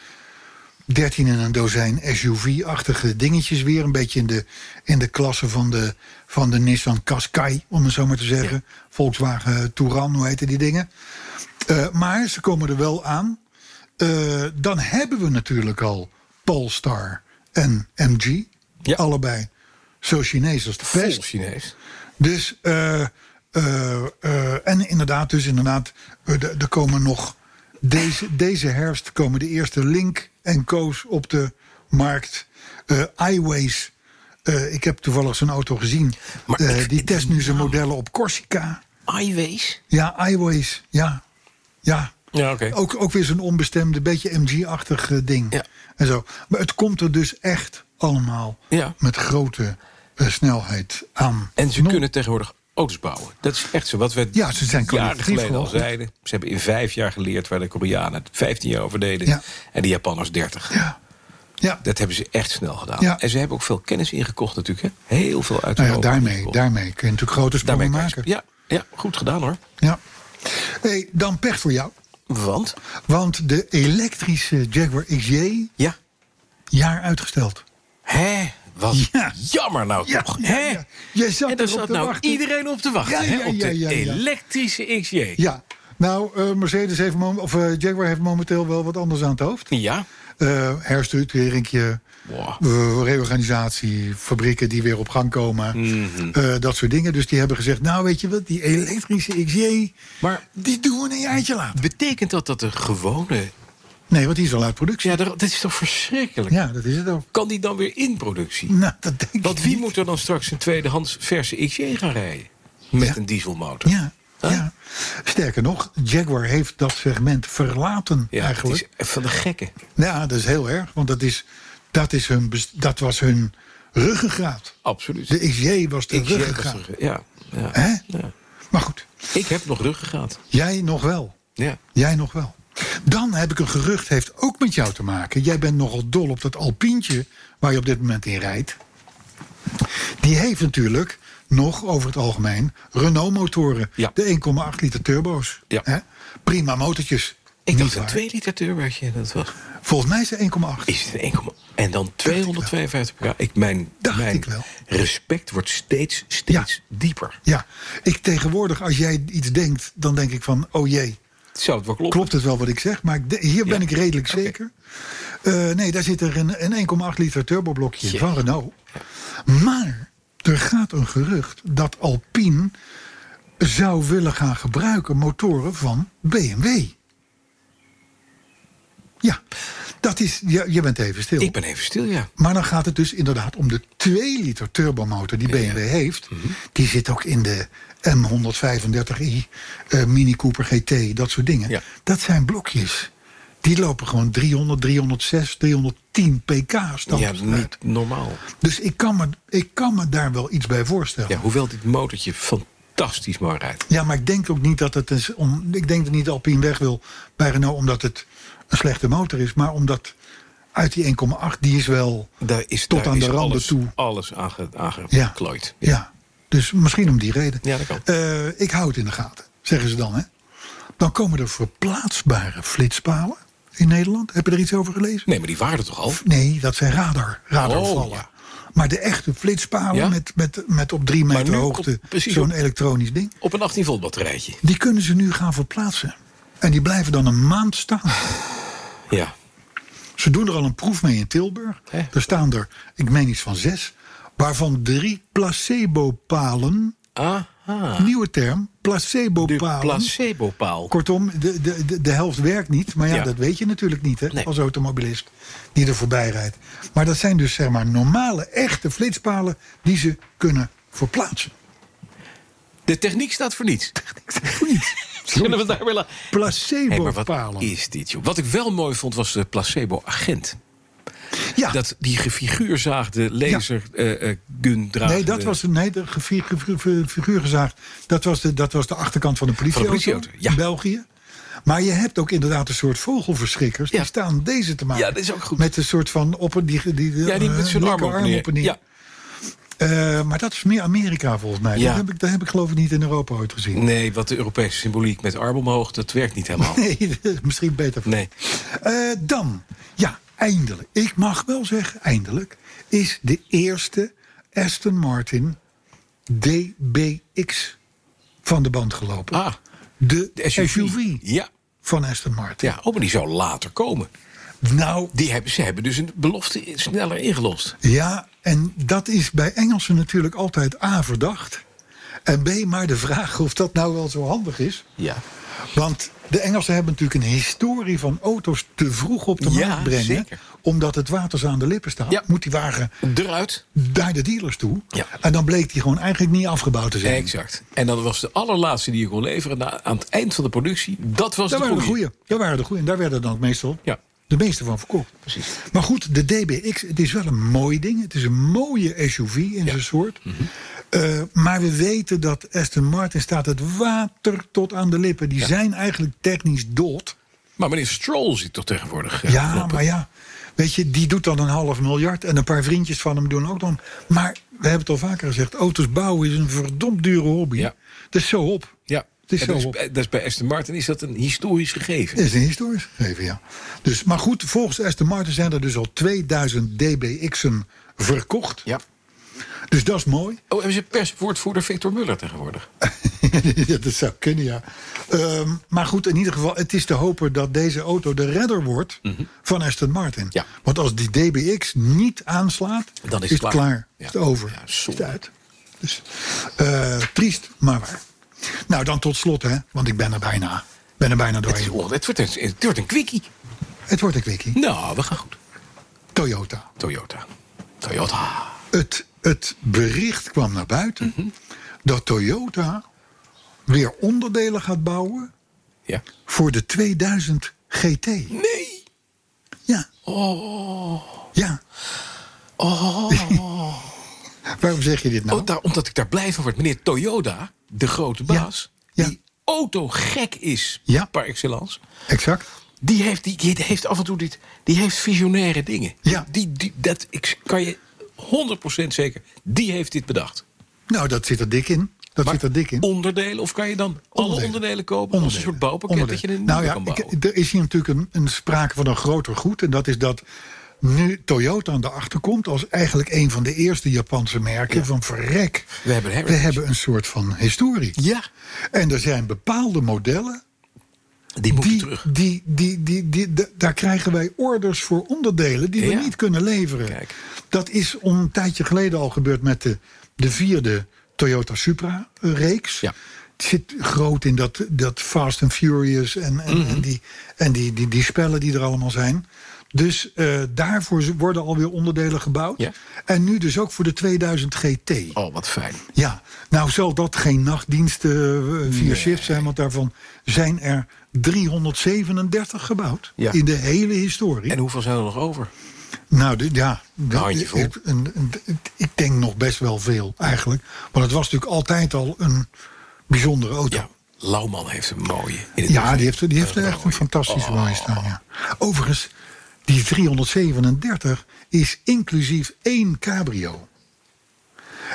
Speaker 3: 13 en een dozijn SUV-achtige dingetjes weer. Een beetje in de, in de klasse van de, van de Nissan Qashqai, om het zo maar te zeggen. Volkswagen Touran, hoe heten die dingen. Eh, maar ze komen er wel aan. Eh, dan hebben we natuurlijk al Polestar en MG.
Speaker 2: Ja.
Speaker 3: Allebei zo Chinees als de
Speaker 2: Vol
Speaker 3: pest.
Speaker 2: Chinees.
Speaker 3: Dus, eh, eh, eh, en inderdaad, dus inderdaad, eh, d- er komen nog. Deze, deze herfst komen de eerste Link en Koos op de markt. Eh iWays. eh, ik heb toevallig zijn auto gezien.
Speaker 2: Maar
Speaker 3: Eh,
Speaker 2: ik- Oh.
Speaker 3: die test nu zijn modellen op Corsica.
Speaker 2: Highways.
Speaker 3: Ja, iWays. Ja. Ja.
Speaker 2: Ja, oké.
Speaker 3: Ook, ook weer zo'n onbestemde, beetje MG-achtig eh, ding.
Speaker 2: Ja.
Speaker 3: En zo. Maar het komt er dus echt allemaal
Speaker 2: Ja.
Speaker 3: met grote eh, snelheid aan.
Speaker 2: En ze
Speaker 3: Nog-
Speaker 2: kunnen tegenwoordig auto's bouwen. Dat is echt zo. Wat we
Speaker 3: Ja, ze zijn
Speaker 2: jaren
Speaker 3: kwalitatief
Speaker 2: geleden al
Speaker 3: gewoon goed.
Speaker 2: zeiden. Ze hebben in vijf jaar geleerd waar de Koreanen het 15 jaar over deden.
Speaker 3: Ja.
Speaker 2: En de Japanners 30.
Speaker 3: Ja. Ja.
Speaker 2: Dat hebben ze echt snel gedaan.
Speaker 3: Ja.
Speaker 2: En ze hebben ook veel kennis ingekocht natuurlijk. Hè? Heel veel uit
Speaker 3: Nou ja,
Speaker 2: Europa
Speaker 3: daarmee,
Speaker 2: ingekocht.
Speaker 3: daarmee kun je natuurlijk grote
Speaker 2: Daarmee
Speaker 3: sprongen
Speaker 2: kan je-
Speaker 3: maken.
Speaker 2: Ja, ja, goed gedaan hoor.
Speaker 3: Ja. Hey, dan pech voor jou.
Speaker 2: Want?
Speaker 3: Want de elektrische Jaguar XJ,
Speaker 2: Ja.
Speaker 3: jaar uitgesteld.
Speaker 2: Hè? Wat
Speaker 3: Ja.
Speaker 2: jammer nou toch.
Speaker 3: ja,
Speaker 2: Hè?
Speaker 3: ja. Je zat
Speaker 2: en daar
Speaker 3: erop
Speaker 2: zat
Speaker 3: te
Speaker 2: nou
Speaker 3: wachten.
Speaker 2: iedereen op te wachten.
Speaker 3: Ja,
Speaker 2: hè?
Speaker 3: ja,
Speaker 2: Op
Speaker 3: ja,
Speaker 2: de
Speaker 3: ja, ja.
Speaker 2: elektrische XJ.
Speaker 3: Ja. Nou, eh, Mercedes heeft mom- of eh, Jaguar heeft momenteel wel wat anders aan het hoofd.
Speaker 2: Ja.
Speaker 3: Eh herstructureringje,
Speaker 2: Wow.
Speaker 3: eh, reorganisatie, fabrieken die weer op gang komen.
Speaker 2: Mhm.
Speaker 3: eh, dat soort dingen. Dus die hebben gezegd, nou weet je wat, die elektrische XJ,
Speaker 2: Maar-
Speaker 3: die doen we een jaartje later.
Speaker 2: Betekent dat dat de gewone...
Speaker 3: Nee, want die is al uit productie.
Speaker 2: Ja, daar- dat is toch verschrikkelijk.
Speaker 3: Ja, dat is het ook.
Speaker 2: Kan die dan weer in productie?
Speaker 3: Nou, dat denk ik
Speaker 2: Want wie
Speaker 3: niet.
Speaker 2: moet er dan straks een tweedehands verse XJ gaan rijden? Met
Speaker 3: Ja.
Speaker 2: een dieselmotor.
Speaker 3: Ja,
Speaker 2: Huh?
Speaker 3: ja. Sterker nog, Jaguar heeft dat segment verlaten
Speaker 2: Ja,
Speaker 3: eigenlijk.
Speaker 2: het is van de gekken.
Speaker 3: Ja, dat is heel erg, want dat, is, dat, is hun, bes- dat was hun ruggengraat.
Speaker 2: Absoluut.
Speaker 3: De XJ was de
Speaker 2: Ik zie dat
Speaker 3: ruggengraat.
Speaker 2: er- Ja, ja.
Speaker 3: Hè?
Speaker 2: Ja.
Speaker 3: Maar goed,
Speaker 2: Ik heb nog ruggengraat.
Speaker 3: jij nog wel.
Speaker 2: Ja.
Speaker 3: Jij nog wel. Dan heb ik een gerucht, heeft ook met jou te maken. Jij bent nogal dol op dat alpientje waar je op dit moment in rijdt. Die heeft natuurlijk nog over het algemeen Renault-motoren.
Speaker 2: Ja.
Speaker 3: De 1,8 liter turbo's.
Speaker 2: Ja.
Speaker 3: Hè? Prima motortjes.
Speaker 2: Ik
Speaker 3: Niet
Speaker 2: dacht een
Speaker 3: waar.
Speaker 2: 2 liter turbootje. Dat was.
Speaker 3: Volgens mij is het 1,8.
Speaker 2: Is het een 1, en dan 252 pk. Ik, mijn
Speaker 3: Dacht
Speaker 2: mijn
Speaker 3: ik wel.
Speaker 2: respect wordt steeds, steeds dieper.
Speaker 3: Ja, ik tegenwoordig, als jij iets denkt, dan denk ik van, oh jee,
Speaker 2: Zou het wel kloppen?
Speaker 3: klopt het wel wat ik zeg? Maar ik de- hier ben
Speaker 2: Ja.
Speaker 3: ik redelijk
Speaker 2: Oké.
Speaker 3: zeker. Eh, nee, daar zit er een, een 1,8 liter turboblokje
Speaker 2: Jee.
Speaker 3: van Renault. Maar er gaat een gerucht dat Alpine zou willen gaan gebruiken motoren van BMW. Ja, dat is, je, je bent even stil.
Speaker 2: Ik ben even stil, ja.
Speaker 3: Maar dan gaat het dus inderdaad om de 2 liter turbomotor die BMW heeft.
Speaker 2: Mhm.
Speaker 3: Die zit ook in de M135i, eh, Mini Cooper GT, dat soort dingen.
Speaker 2: Ja.
Speaker 3: Dat zijn blokjes. Die lopen gewoon 300, 306, 310 pk
Speaker 2: Ja,
Speaker 3: standaard.
Speaker 2: niet normaal.
Speaker 3: Dus ik kan, me, ik kan me daar wel iets bij voorstellen.
Speaker 2: Ja, hoewel dit motortje fantastisch mooi rijdt.
Speaker 3: Ja, maar ik denk ook niet dat het is om. Ik denk dat niet Alpine weg wil bij Renault omdat het een slechte motor is, maar omdat uit die 1,8 die is wel
Speaker 2: Daar is,
Speaker 3: tot
Speaker 2: daar
Speaker 3: aan
Speaker 2: is
Speaker 3: de randen
Speaker 2: alles,
Speaker 3: toe.
Speaker 2: alles aange-
Speaker 3: Ja.
Speaker 2: aangeklooid.
Speaker 3: Ja. Dus misschien om die reden.
Speaker 2: Ja, dat kan.
Speaker 3: Eh, ik hou het in de gaten, zeggen ze dan. Hè? Dan komen er verplaatsbare flitspalen in Nederland. Heb je er iets over gelezen?
Speaker 2: Nee, maar die waren er toch al?
Speaker 3: Nee, dat zijn radar, radarvallen.
Speaker 2: Oh, ja.
Speaker 3: Maar de echte flitspalen
Speaker 2: Ja?
Speaker 3: met, met, met op drie meter
Speaker 2: nu
Speaker 3: hoogte
Speaker 2: komt precies
Speaker 3: zo'n
Speaker 2: op-
Speaker 3: elektronisch ding.
Speaker 2: Op een 18 volt batterijtje.
Speaker 3: Die kunnen ze nu gaan verplaatsen. En die blijven dan een maand staan.
Speaker 2: Ja.
Speaker 3: Ze doen er al een proef mee in Tilburg.
Speaker 2: Hè?
Speaker 3: Er staan er, ik meen iets van zes, waarvan drie placebo-palen
Speaker 2: Aha.
Speaker 3: Nieuwe term,
Speaker 2: Ah. De
Speaker 3: placebo-palen.
Speaker 2: placebo-paal.
Speaker 3: Kortom, de, de, de, de helft werkt niet. Maar ja,
Speaker 2: Ja.
Speaker 3: dat weet je natuurlijk niet hè,
Speaker 2: Nee.
Speaker 3: als automobilist die er voorbij rijdt. Maar dat zijn dus zeg maar normale, echte flitspalen die ze kunnen verplaatsen.
Speaker 2: De techniek staat voor niets. Zullen we
Speaker 3: Sorry.
Speaker 2: het daar weer laten? Hey, maar
Speaker 3: Placebo-palen.
Speaker 2: wat is dit, joh? Wat ik wel mooi vond, was de placebo-agent.
Speaker 3: ja,
Speaker 2: Dat die gefiguurzaagde laser eh, eh, gun draagt. eh,
Speaker 3: nee, dat was nee, de gefi- gefi- fi- figuur gezaagd. Dat was, de, dat was de achterkant van de politieauto,
Speaker 2: politieauto, ja.
Speaker 3: in België. Maar je hebt ook inderdaad een soort vogelverschrikkers.
Speaker 2: Ja.
Speaker 3: Die staan deze te maken.
Speaker 2: Ja, dat is ook goed.
Speaker 3: Met een soort van opper die, die,
Speaker 2: Ja, die met
Speaker 3: eh,
Speaker 2: zijn arm
Speaker 3: linker
Speaker 2: op en neer.
Speaker 3: op en neer.
Speaker 2: Ja.
Speaker 3: Eh, maar dat is meer Amerika volgens mij.
Speaker 2: Ja.
Speaker 3: Dat, heb ik, dat heb ik geloof ik niet in Europa ooit gezien.
Speaker 2: Nee, wat de Europese symboliek met arm omhoog, dat werkt niet helemaal.
Speaker 3: Nee, dat is misschien beter. voor-
Speaker 2: Nee.
Speaker 3: Eh, dan, ja, eindelijk. Ik mag wel zeggen, eindelijk. Is de eerste Aston Martin DBX van de band gelopen.
Speaker 2: Ah,
Speaker 3: de,
Speaker 2: de
Speaker 3: SUV,
Speaker 2: SUV. Ja.
Speaker 3: van Aston Martin.
Speaker 2: ja, oh, maar die zou later komen.
Speaker 3: Nou,
Speaker 2: Die hebben, ze hebben dus een belofte sneller ingelost.
Speaker 3: ja, en dat is bij Engelsen natuurlijk altijd A, verdacht. En B, maar de vraag of dat nou wel zo handig is.
Speaker 2: Ja.
Speaker 3: Want de Engelsen hebben natuurlijk een historie van auto's te vroeg op de
Speaker 2: Ja,
Speaker 3: markt brengen.
Speaker 2: zeker.
Speaker 3: Omdat het waters aan de lippen staat.
Speaker 2: Ja.
Speaker 3: Moet die wagen
Speaker 2: Eruit.
Speaker 3: naar de dealers toe.
Speaker 2: Ja.
Speaker 3: En dan bleek die gewoon eigenlijk niet afgebouwd te zijn.
Speaker 2: Exact. En dan was de allerlaatste die je kon leveren na- aan het eind van de productie. Dat was
Speaker 3: Dat
Speaker 2: de
Speaker 3: waren de
Speaker 2: goede.
Speaker 3: goeie. Dat waren de goeie. En daar werden dan ook meestal
Speaker 2: Ja.
Speaker 3: de meeste van verkocht.
Speaker 2: Precies.
Speaker 3: Maar goed, de DBX, het is wel een mooi ding. Het is een mooie SUV in zijn soort.
Speaker 2: Mhm.
Speaker 3: Eh, maar we weten dat Aston Martin staat het water tot aan de lippen. Die zijn eigenlijk technisch dood.
Speaker 2: Maar meneer Stroll zit toch tegenwoordig. eh,
Speaker 3: Ja,
Speaker 2: knoppen?
Speaker 3: maar ja. Weet je, die doet dan een half miljard. En een paar vriendjes van hem doen ook dan. Maar we hebben het al vaker gezegd: auto's bouwen is een verdomd dure hobby.
Speaker 2: Ja.
Speaker 3: Dat is zo op.
Speaker 2: Ja,
Speaker 3: Het is
Speaker 2: En
Speaker 3: zo
Speaker 2: dat, is,
Speaker 3: op.
Speaker 2: bij- dat is bij Aston Martin is dat een historisch gegeven.
Speaker 3: Is een historisch gegeven, ja. Dus, maar goed, volgens Aston Martin zijn er dus al 2000 DBX'en verkocht.
Speaker 2: Ja.
Speaker 3: Dus dat is mooi.
Speaker 2: Oh, hebben ze perswoordvoerder Victor Muller tegenwoordig?
Speaker 3: Ja, dat zou kunnen, ja. Ehm, maar goed, in ieder geval, het is te hopen dat deze auto de redder wordt van Aston Martin.
Speaker 2: Mhm. Ja.
Speaker 3: Want als die DBX niet aanslaat,
Speaker 2: Dan is het
Speaker 3: het klaar.
Speaker 2: klaar.
Speaker 3: Is
Speaker 2: Ja.
Speaker 3: het over.
Speaker 2: Ja,
Speaker 3: is
Speaker 2: zonde.
Speaker 3: het uit. Dus, eh, triest, maar waar. Nou, dan tot slot, hè, want ik ben er bijna. Ben er bijna
Speaker 2: Het, is
Speaker 3: doorheen.
Speaker 2: on- het, wordt een, het wordt een quickie.
Speaker 3: Het wordt een quickie.
Speaker 2: Nou, we gaan goed.
Speaker 3: Toyota.
Speaker 2: Toyota. Toyota.
Speaker 3: Het, het bericht kwam naar buiten
Speaker 2: Mhm.
Speaker 3: dat Toyota weer onderdelen gaat bouwen
Speaker 2: Ja.
Speaker 3: voor de 2000 GT.
Speaker 2: Nee.
Speaker 3: Ja. Oh. Ja. Oh. Waarom zeg je dit nou?
Speaker 2: Oh, daar, omdat ik daar blij van word. Meneer Toyota, de grote baas,
Speaker 3: Ja.
Speaker 2: die autogek is,
Speaker 3: Ja.
Speaker 2: par excellence.
Speaker 3: Exact.
Speaker 2: Die heeft, die, die heeft af en toe dit, die heeft visionaire dingen.
Speaker 3: Ja.
Speaker 2: Die, die, dat ik kan je 100% zeker, die heeft dit bedacht.
Speaker 3: Nou, dat zit er dik in. Dat
Speaker 2: Maar
Speaker 3: zit er dik in.
Speaker 2: Onderdelen, of kan je dan alle onderdelen kopen? Als een soort bouwpakket
Speaker 3: Onderdelen.
Speaker 2: dat je een
Speaker 3: Nou
Speaker 2: nieuwe
Speaker 3: ja,
Speaker 2: kan bouwen.
Speaker 3: ik- er is hier natuurlijk een, een sprake van een groter goed. En dat is dat nu Toyota aan de achterkomt als eigenlijk een van de eerste Japanse merken van verrek.
Speaker 2: We hebben
Speaker 3: We
Speaker 2: heritage.
Speaker 3: hebben een soort van historie.
Speaker 2: ja,
Speaker 3: En er zijn bepaalde modellen
Speaker 2: die moet je
Speaker 3: die,
Speaker 2: terug.
Speaker 3: die, die, die, die, da- daar krijgen wij orders voor onderdelen die we
Speaker 2: Ja.
Speaker 3: niet kunnen leveren.
Speaker 2: Kijk.
Speaker 3: Dat is om een tijdje geleden al gebeurd met de, de vierde Toyota Supra-reeks.
Speaker 2: Ja.
Speaker 3: Het zit groot in dat, dat Fast and Furious en, en,
Speaker 2: Mhm.
Speaker 3: en die, en die, die, die spellen die er allemaal zijn. Dus eh, daarvoor z- worden alweer onderdelen gebouwd.
Speaker 2: Ja.
Speaker 3: En nu dus ook voor de 2000 GT.
Speaker 2: Oh, wat fijn.
Speaker 3: Ja, nou zal dat geen nachtdiensten eh, vier shifts zijn, want daarvan zijn er 337 gebouwd
Speaker 2: Ja.
Speaker 3: in de hele historie.
Speaker 2: En hoeveel zijn er nog over?
Speaker 3: nou, dit- ja, dat-
Speaker 2: handjevol.
Speaker 3: ik, een- een- ik denk nog best wel veel eigenlijk. Want het was natuurlijk altijd al een bijzondere auto.
Speaker 2: Ja, Lauwman heeft een mooie. in het
Speaker 3: Ja,
Speaker 2: museum.
Speaker 3: die heeft, die
Speaker 2: Dat
Speaker 3: heeft er
Speaker 2: is
Speaker 3: echt een
Speaker 2: mooie. Oh.
Speaker 3: fantastische mooie staan. Ja. Overigens, die 337 is inclusief één cabrio.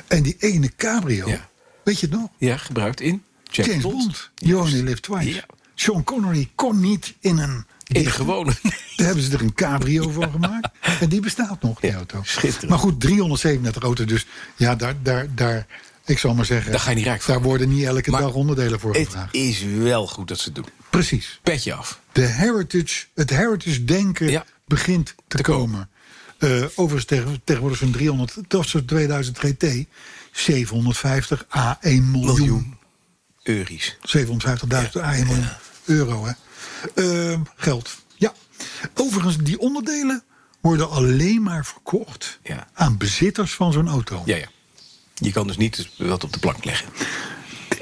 Speaker 3: En die ene cabrio,
Speaker 2: Ja.
Speaker 3: weet je het nog?
Speaker 2: Ja, gebruikt in James,
Speaker 3: James
Speaker 2: Bond.
Speaker 3: Bond. You only live twice.
Speaker 2: Ja.
Speaker 3: Sean Connery kon niet in een...
Speaker 2: In de
Speaker 3: dichte.
Speaker 2: gewone.
Speaker 3: Daar hebben ze er een cabrio van gemaakt. En die bestaat nog, die
Speaker 2: Ja,
Speaker 3: auto.
Speaker 2: schitterend.
Speaker 3: Maar goed, 337 auto's. Dus ja, daar, daar, daar... Ik zal maar zeggen...
Speaker 2: Daar ga je niet rijk van
Speaker 3: Daar worden niet elke
Speaker 2: Maar
Speaker 3: dag onderdelen voor
Speaker 2: Het
Speaker 3: gevraagd.
Speaker 2: is wel goed dat ze het doen.
Speaker 3: Precies.
Speaker 2: Petje af.
Speaker 3: De heritage, het heritage-denken
Speaker 2: Ja.
Speaker 3: begint te, komen. Eh, overigens tegen, tegenwoordig zo'n 300... Dat soort 2000 GT. 750 A 1 miljoen.
Speaker 2: Euries.
Speaker 3: 750.000 ah, een miljoen euro. Hè. Ehm, geld. Ja. Overigens, die onderdelen worden alleen maar verkocht
Speaker 2: Ja.
Speaker 3: aan bezitters van zo'n auto.
Speaker 2: Ja, ja. Je kan dus niet wat op de plank leggen.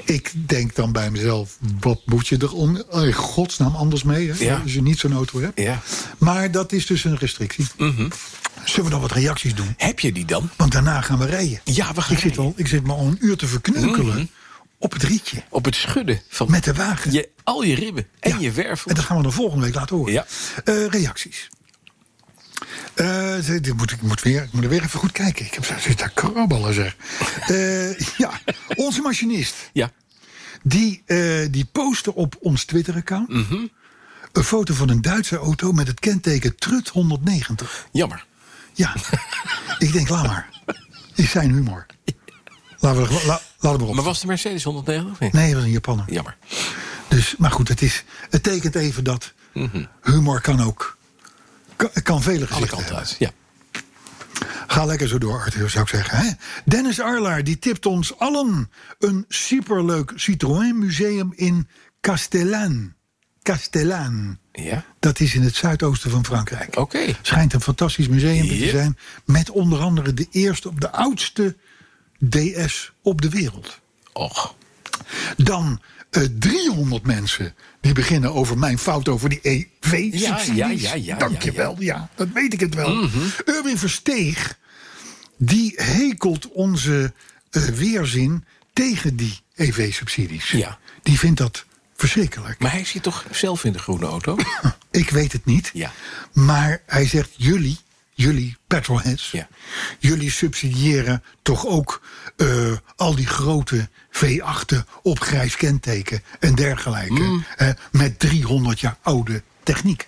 Speaker 3: Ik denk dan bij mezelf, wat moet je er on- in godsnaam anders mee hè,
Speaker 2: Ja.
Speaker 3: als je niet zo'n auto hebt.
Speaker 2: Ja. Mhm.
Speaker 3: Maar dat is dus een restrictie. Zullen we dan wat reacties doen?
Speaker 2: Heb je die dan?
Speaker 3: Want daarna gaan we rijden.
Speaker 2: Ja, we gaan
Speaker 3: ik, zit
Speaker 2: rijden. Mhm.
Speaker 3: al, ik zit maar al een uur te verkneukelen op het rietje.
Speaker 2: Op het schudden van
Speaker 3: Met de wagen.
Speaker 2: je, al je ribben en
Speaker 3: Ja.
Speaker 2: je wervel.
Speaker 3: En dat gaan we dan volgende week laten horen.
Speaker 2: Ja.
Speaker 3: Eh, reacties. Eh, ze- dit moet, ik, moet weer, ik moet er weer even goed kijken. Ik heb zo- zit daar krabbelen, zeg. Eh, ja, onze machinist.
Speaker 2: Ja.
Speaker 3: Die, eh, die postte op ons Twitter-account...
Speaker 2: Mhm.
Speaker 3: een foto van een Duitse auto met het kenteken Trut 190.
Speaker 2: Jammer.
Speaker 3: Ja, ik denk, laat maar. Is zijn humor. Laten we er- la, laat het maar op.
Speaker 2: Maar was de Mercedes 190 of niet?
Speaker 3: Nee, dat was een Japaner.
Speaker 2: Jammer.
Speaker 3: Dus, maar goed, het, is, het tekent even dat humor kan ook. Kan, kan vele
Speaker 2: Mhm. Alle
Speaker 3: gezichten
Speaker 2: kanten
Speaker 3: hebben.
Speaker 2: uit. Ja.
Speaker 3: Ga lekker zo door, Arthur, zou ik zeggen. Hè? Dennis Arlaar die tipt ons allen een superleuk Citroën museum in Castellaan. Castellaan.
Speaker 2: Ja.
Speaker 3: Dat is in het zuidoosten van Frankrijk.
Speaker 2: Oké.
Speaker 3: Schijnt een fantastisch museum te
Speaker 2: Ja.
Speaker 3: zijn. Met onder andere de eerste, de oudste DS op de wereld.
Speaker 2: Och.
Speaker 3: dan eh 300 mensen die beginnen over mijn fout over die EV-subsidies.
Speaker 2: Ja, ja, ja, ja, Mhm.
Speaker 3: Dankjewel, ja, dat weet ik het wel. Erwin Versteeg, die hekelt onze eh, weerzin tegen die E EV-subsidies.
Speaker 2: Ja.
Speaker 3: Die vindt dat verschrikkelijk.
Speaker 2: Maar hij zit toch zelf in de groene auto?
Speaker 3: Ik weet het niet.
Speaker 2: Ja.
Speaker 3: Maar hij zegt jullie, jullie petrolheads,
Speaker 2: Ja.
Speaker 3: jullie subsidiëren toch ook eh, al die grote V8'en op grijs kenteken en dergelijke.
Speaker 2: Mm.
Speaker 3: hè, met 300 jaar oude techniek.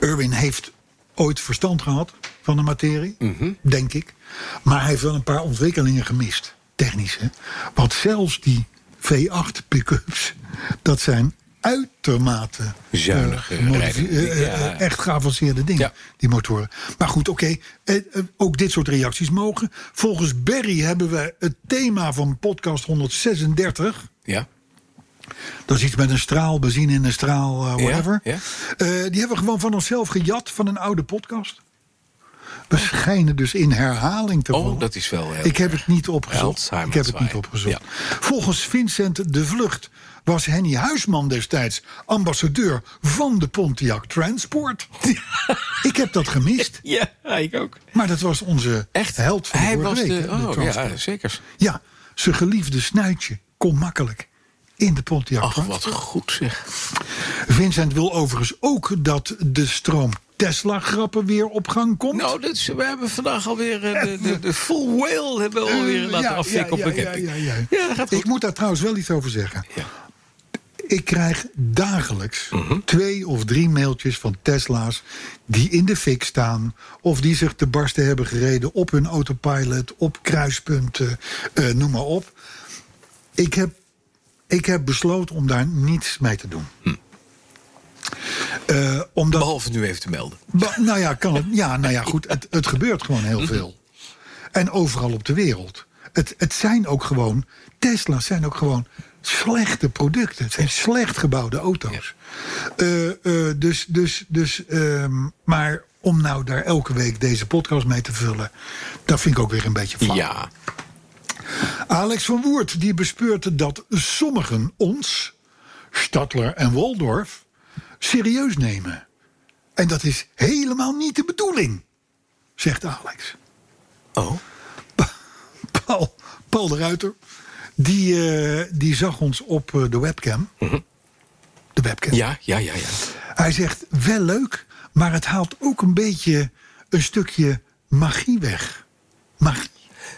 Speaker 3: Erwin heeft ooit verstand gehad van de materie,
Speaker 2: Mhm.
Speaker 3: denk ik. Maar hij heeft wel een paar ontwikkelingen gemist, technisch. Hè? Want zelfs die V8 pick-ups, dat zijn uitermate eh,
Speaker 2: Zuinige
Speaker 3: gemodifi-
Speaker 2: rijden.
Speaker 3: eh, eh,
Speaker 2: Ja.
Speaker 3: echt geavanceerde dingen,
Speaker 2: Ja.
Speaker 3: die motoren. Maar goed, oké, eh, eh, ook dit soort reacties mogen. Volgens Barry hebben we het thema van podcast 136...
Speaker 2: Ja.
Speaker 3: Dat is iets met een straal, benzine in een straal, eh, whatever.
Speaker 2: ja.
Speaker 3: Eh, die hebben we gewoon van onszelf gejat van een oude podcast. We schijnen dus in herhaling te
Speaker 2: Oh,
Speaker 3: vallen.
Speaker 2: dat is wel heel
Speaker 3: Ik heb het niet opgezocht.
Speaker 2: Alzheimer
Speaker 3: Ik heb het niet
Speaker 2: zwaai.
Speaker 3: opgezocht.
Speaker 2: Ja.
Speaker 3: Volgens Vincent de Vlucht was Henny Huisman destijds ambassadeur van de Pontiac Transport. Ik heb dat gemist,
Speaker 2: Ja, ik ook.
Speaker 3: maar dat was onze
Speaker 2: Echt?
Speaker 3: held van de
Speaker 2: Hij
Speaker 3: vorige
Speaker 2: was
Speaker 3: week,
Speaker 2: de...
Speaker 3: hè, de
Speaker 2: Oh,
Speaker 3: Transport.
Speaker 2: ja, zeker.
Speaker 3: Ja, zijn geliefde snuitje kon makkelijk in de Pontiac
Speaker 2: Ach,
Speaker 3: Transport.
Speaker 2: wat goed zeg.
Speaker 3: Vincent wil overigens ook dat de stroom Tesla-grappen weer op gang komt.
Speaker 2: Nou, dit is- we hebben vandaag alweer eh, de, de, de full whale hebben we
Speaker 3: Eh,
Speaker 2: alweer laten
Speaker 3: ja,
Speaker 2: afvikken
Speaker 3: ja,
Speaker 2: op een
Speaker 3: ja,
Speaker 2: camping.
Speaker 3: ja, ja, ja.
Speaker 2: dat gaat
Speaker 3: Ik
Speaker 2: goed.
Speaker 3: moet daar trouwens wel iets over zeggen.
Speaker 2: Ja.
Speaker 3: Ik krijg dagelijks
Speaker 2: Mhm.
Speaker 3: twee of drie mailtjes van Tesla's die in de fik staan. Of die zich te barsten hebben gereden op hun autopilot, op kruispunten, eh, noem maar op. Ik heb, ik heb besloten om daar niets mee te doen. Eh, omdat
Speaker 2: Hm. Behalve nu even te melden.
Speaker 3: Ba- nou ja, kan het, ja, nou ja, goed. Het, het gebeurt gewoon heel veel. En overal op de wereld. Het, het zijn ook gewoon. Tesla's zijn ook gewoon slechte producten. Het zijn slecht gebouwde auto's. Eh, eh, dus, dus, dus, ehm, maar om nou daar elke week deze podcast mee te vullen. dat vind ik ook weer een beetje flauw.
Speaker 2: Ja.
Speaker 3: Alex van Woert die bespeurt dat sommigen ons, Stadler en Waldorf, serieus nemen. En dat is helemaal niet de bedoeling, zegt Alex.
Speaker 2: Oh.
Speaker 3: Paul, Paul de Ruiter, die, eh, die zag ons op eh, de webcam. De webcam.
Speaker 2: Mhm. Ja, ja, ja, ja.
Speaker 3: Hij zegt wel leuk, maar het haalt ook een beetje een stukje magie weg. Magie.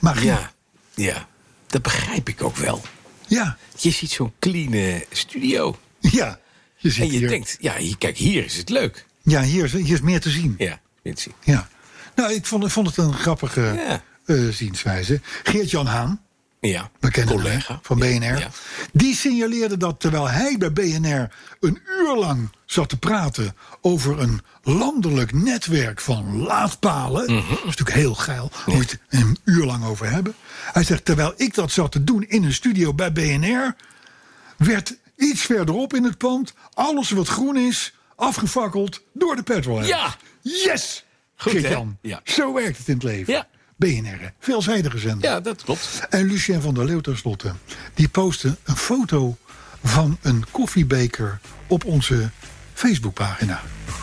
Speaker 3: Magie.
Speaker 2: Ja. Ja. Dat begrijp ik ook wel.
Speaker 3: Ja.
Speaker 2: Je ziet zo'n clean eh, studio.
Speaker 3: ja. Je ziet
Speaker 2: En je
Speaker 3: hier-
Speaker 2: denkt, ja, hier, kijk, hier is het leuk.
Speaker 3: Ja, hier is, hier is meer te zien.
Speaker 2: Ja, Vinci.
Speaker 3: Ja. Nou, ik vond, ik vond het een grappige
Speaker 2: Ja.
Speaker 3: eh, zienswijze. Geert-Jan Haan,
Speaker 2: Ja.
Speaker 3: bekende
Speaker 2: collega.
Speaker 3: van
Speaker 2: Ja,
Speaker 3: BNR,
Speaker 2: ja.
Speaker 3: die signaleerde dat terwijl hij bij BNR een uur lang zat te praten over een landelijk netwerk van laadpalen.
Speaker 2: Mhm.
Speaker 3: Dat is natuurlijk heel geil, daar moet je het een uur lang over hebben. Hij zegt, terwijl ik dat zat te doen in een studio bij BNR, werd iets verderop in het pand alles wat groen is afgefakkeld door de petrolheads.
Speaker 2: Ja.
Speaker 3: Yes!
Speaker 2: Goed,
Speaker 3: Geert
Speaker 2: hè?
Speaker 3: Jan.
Speaker 2: Ja.
Speaker 3: Zo werkt het in het leven.
Speaker 2: Ja.
Speaker 3: BNR, veelzijdige zender.
Speaker 2: Ja, dat klopt.
Speaker 3: En Lucien van der Leeuw tenslotte, die postte een foto van een koffiebeker op onze Facebookpagina. Dat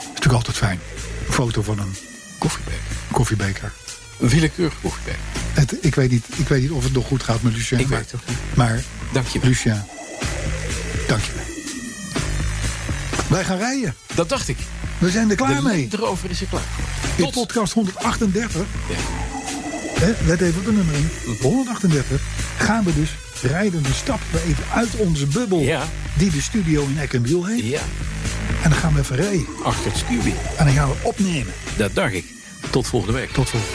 Speaker 3: is natuurlijk altijd fijn. Een foto van een
Speaker 2: Koffiebeker.
Speaker 3: koffiebeker.
Speaker 2: Een willekeurig koffiebeker.
Speaker 3: Het, ik, weet niet, ik weet niet of het nog goed gaat met Lucien.
Speaker 2: Ik
Speaker 3: maar-
Speaker 2: weet het ook niet.
Speaker 3: Maar
Speaker 2: Dank je wel.
Speaker 3: Lucien, dank je wel. Wij gaan rijden.
Speaker 2: Dat dacht ik.
Speaker 3: We zijn er klaar
Speaker 2: De
Speaker 3: mee.
Speaker 2: lint erover is er klaar.
Speaker 3: In
Speaker 2: Tot.
Speaker 3: podcast 138.
Speaker 2: Ja. Hm.
Speaker 3: Hè, let even op de nummering. 138 gaan we dus rijden. Dan stappen we even uit onze bubbel.
Speaker 2: Ja.
Speaker 3: Die de studio in Eck en Wiel heeft.
Speaker 2: Ja.
Speaker 3: En dan gaan we even rijden.
Speaker 2: Achter het stuur weer.
Speaker 3: En dan gaan we opnemen.
Speaker 2: Dat dacht ik. Tot volgende week.
Speaker 3: Tot volgende.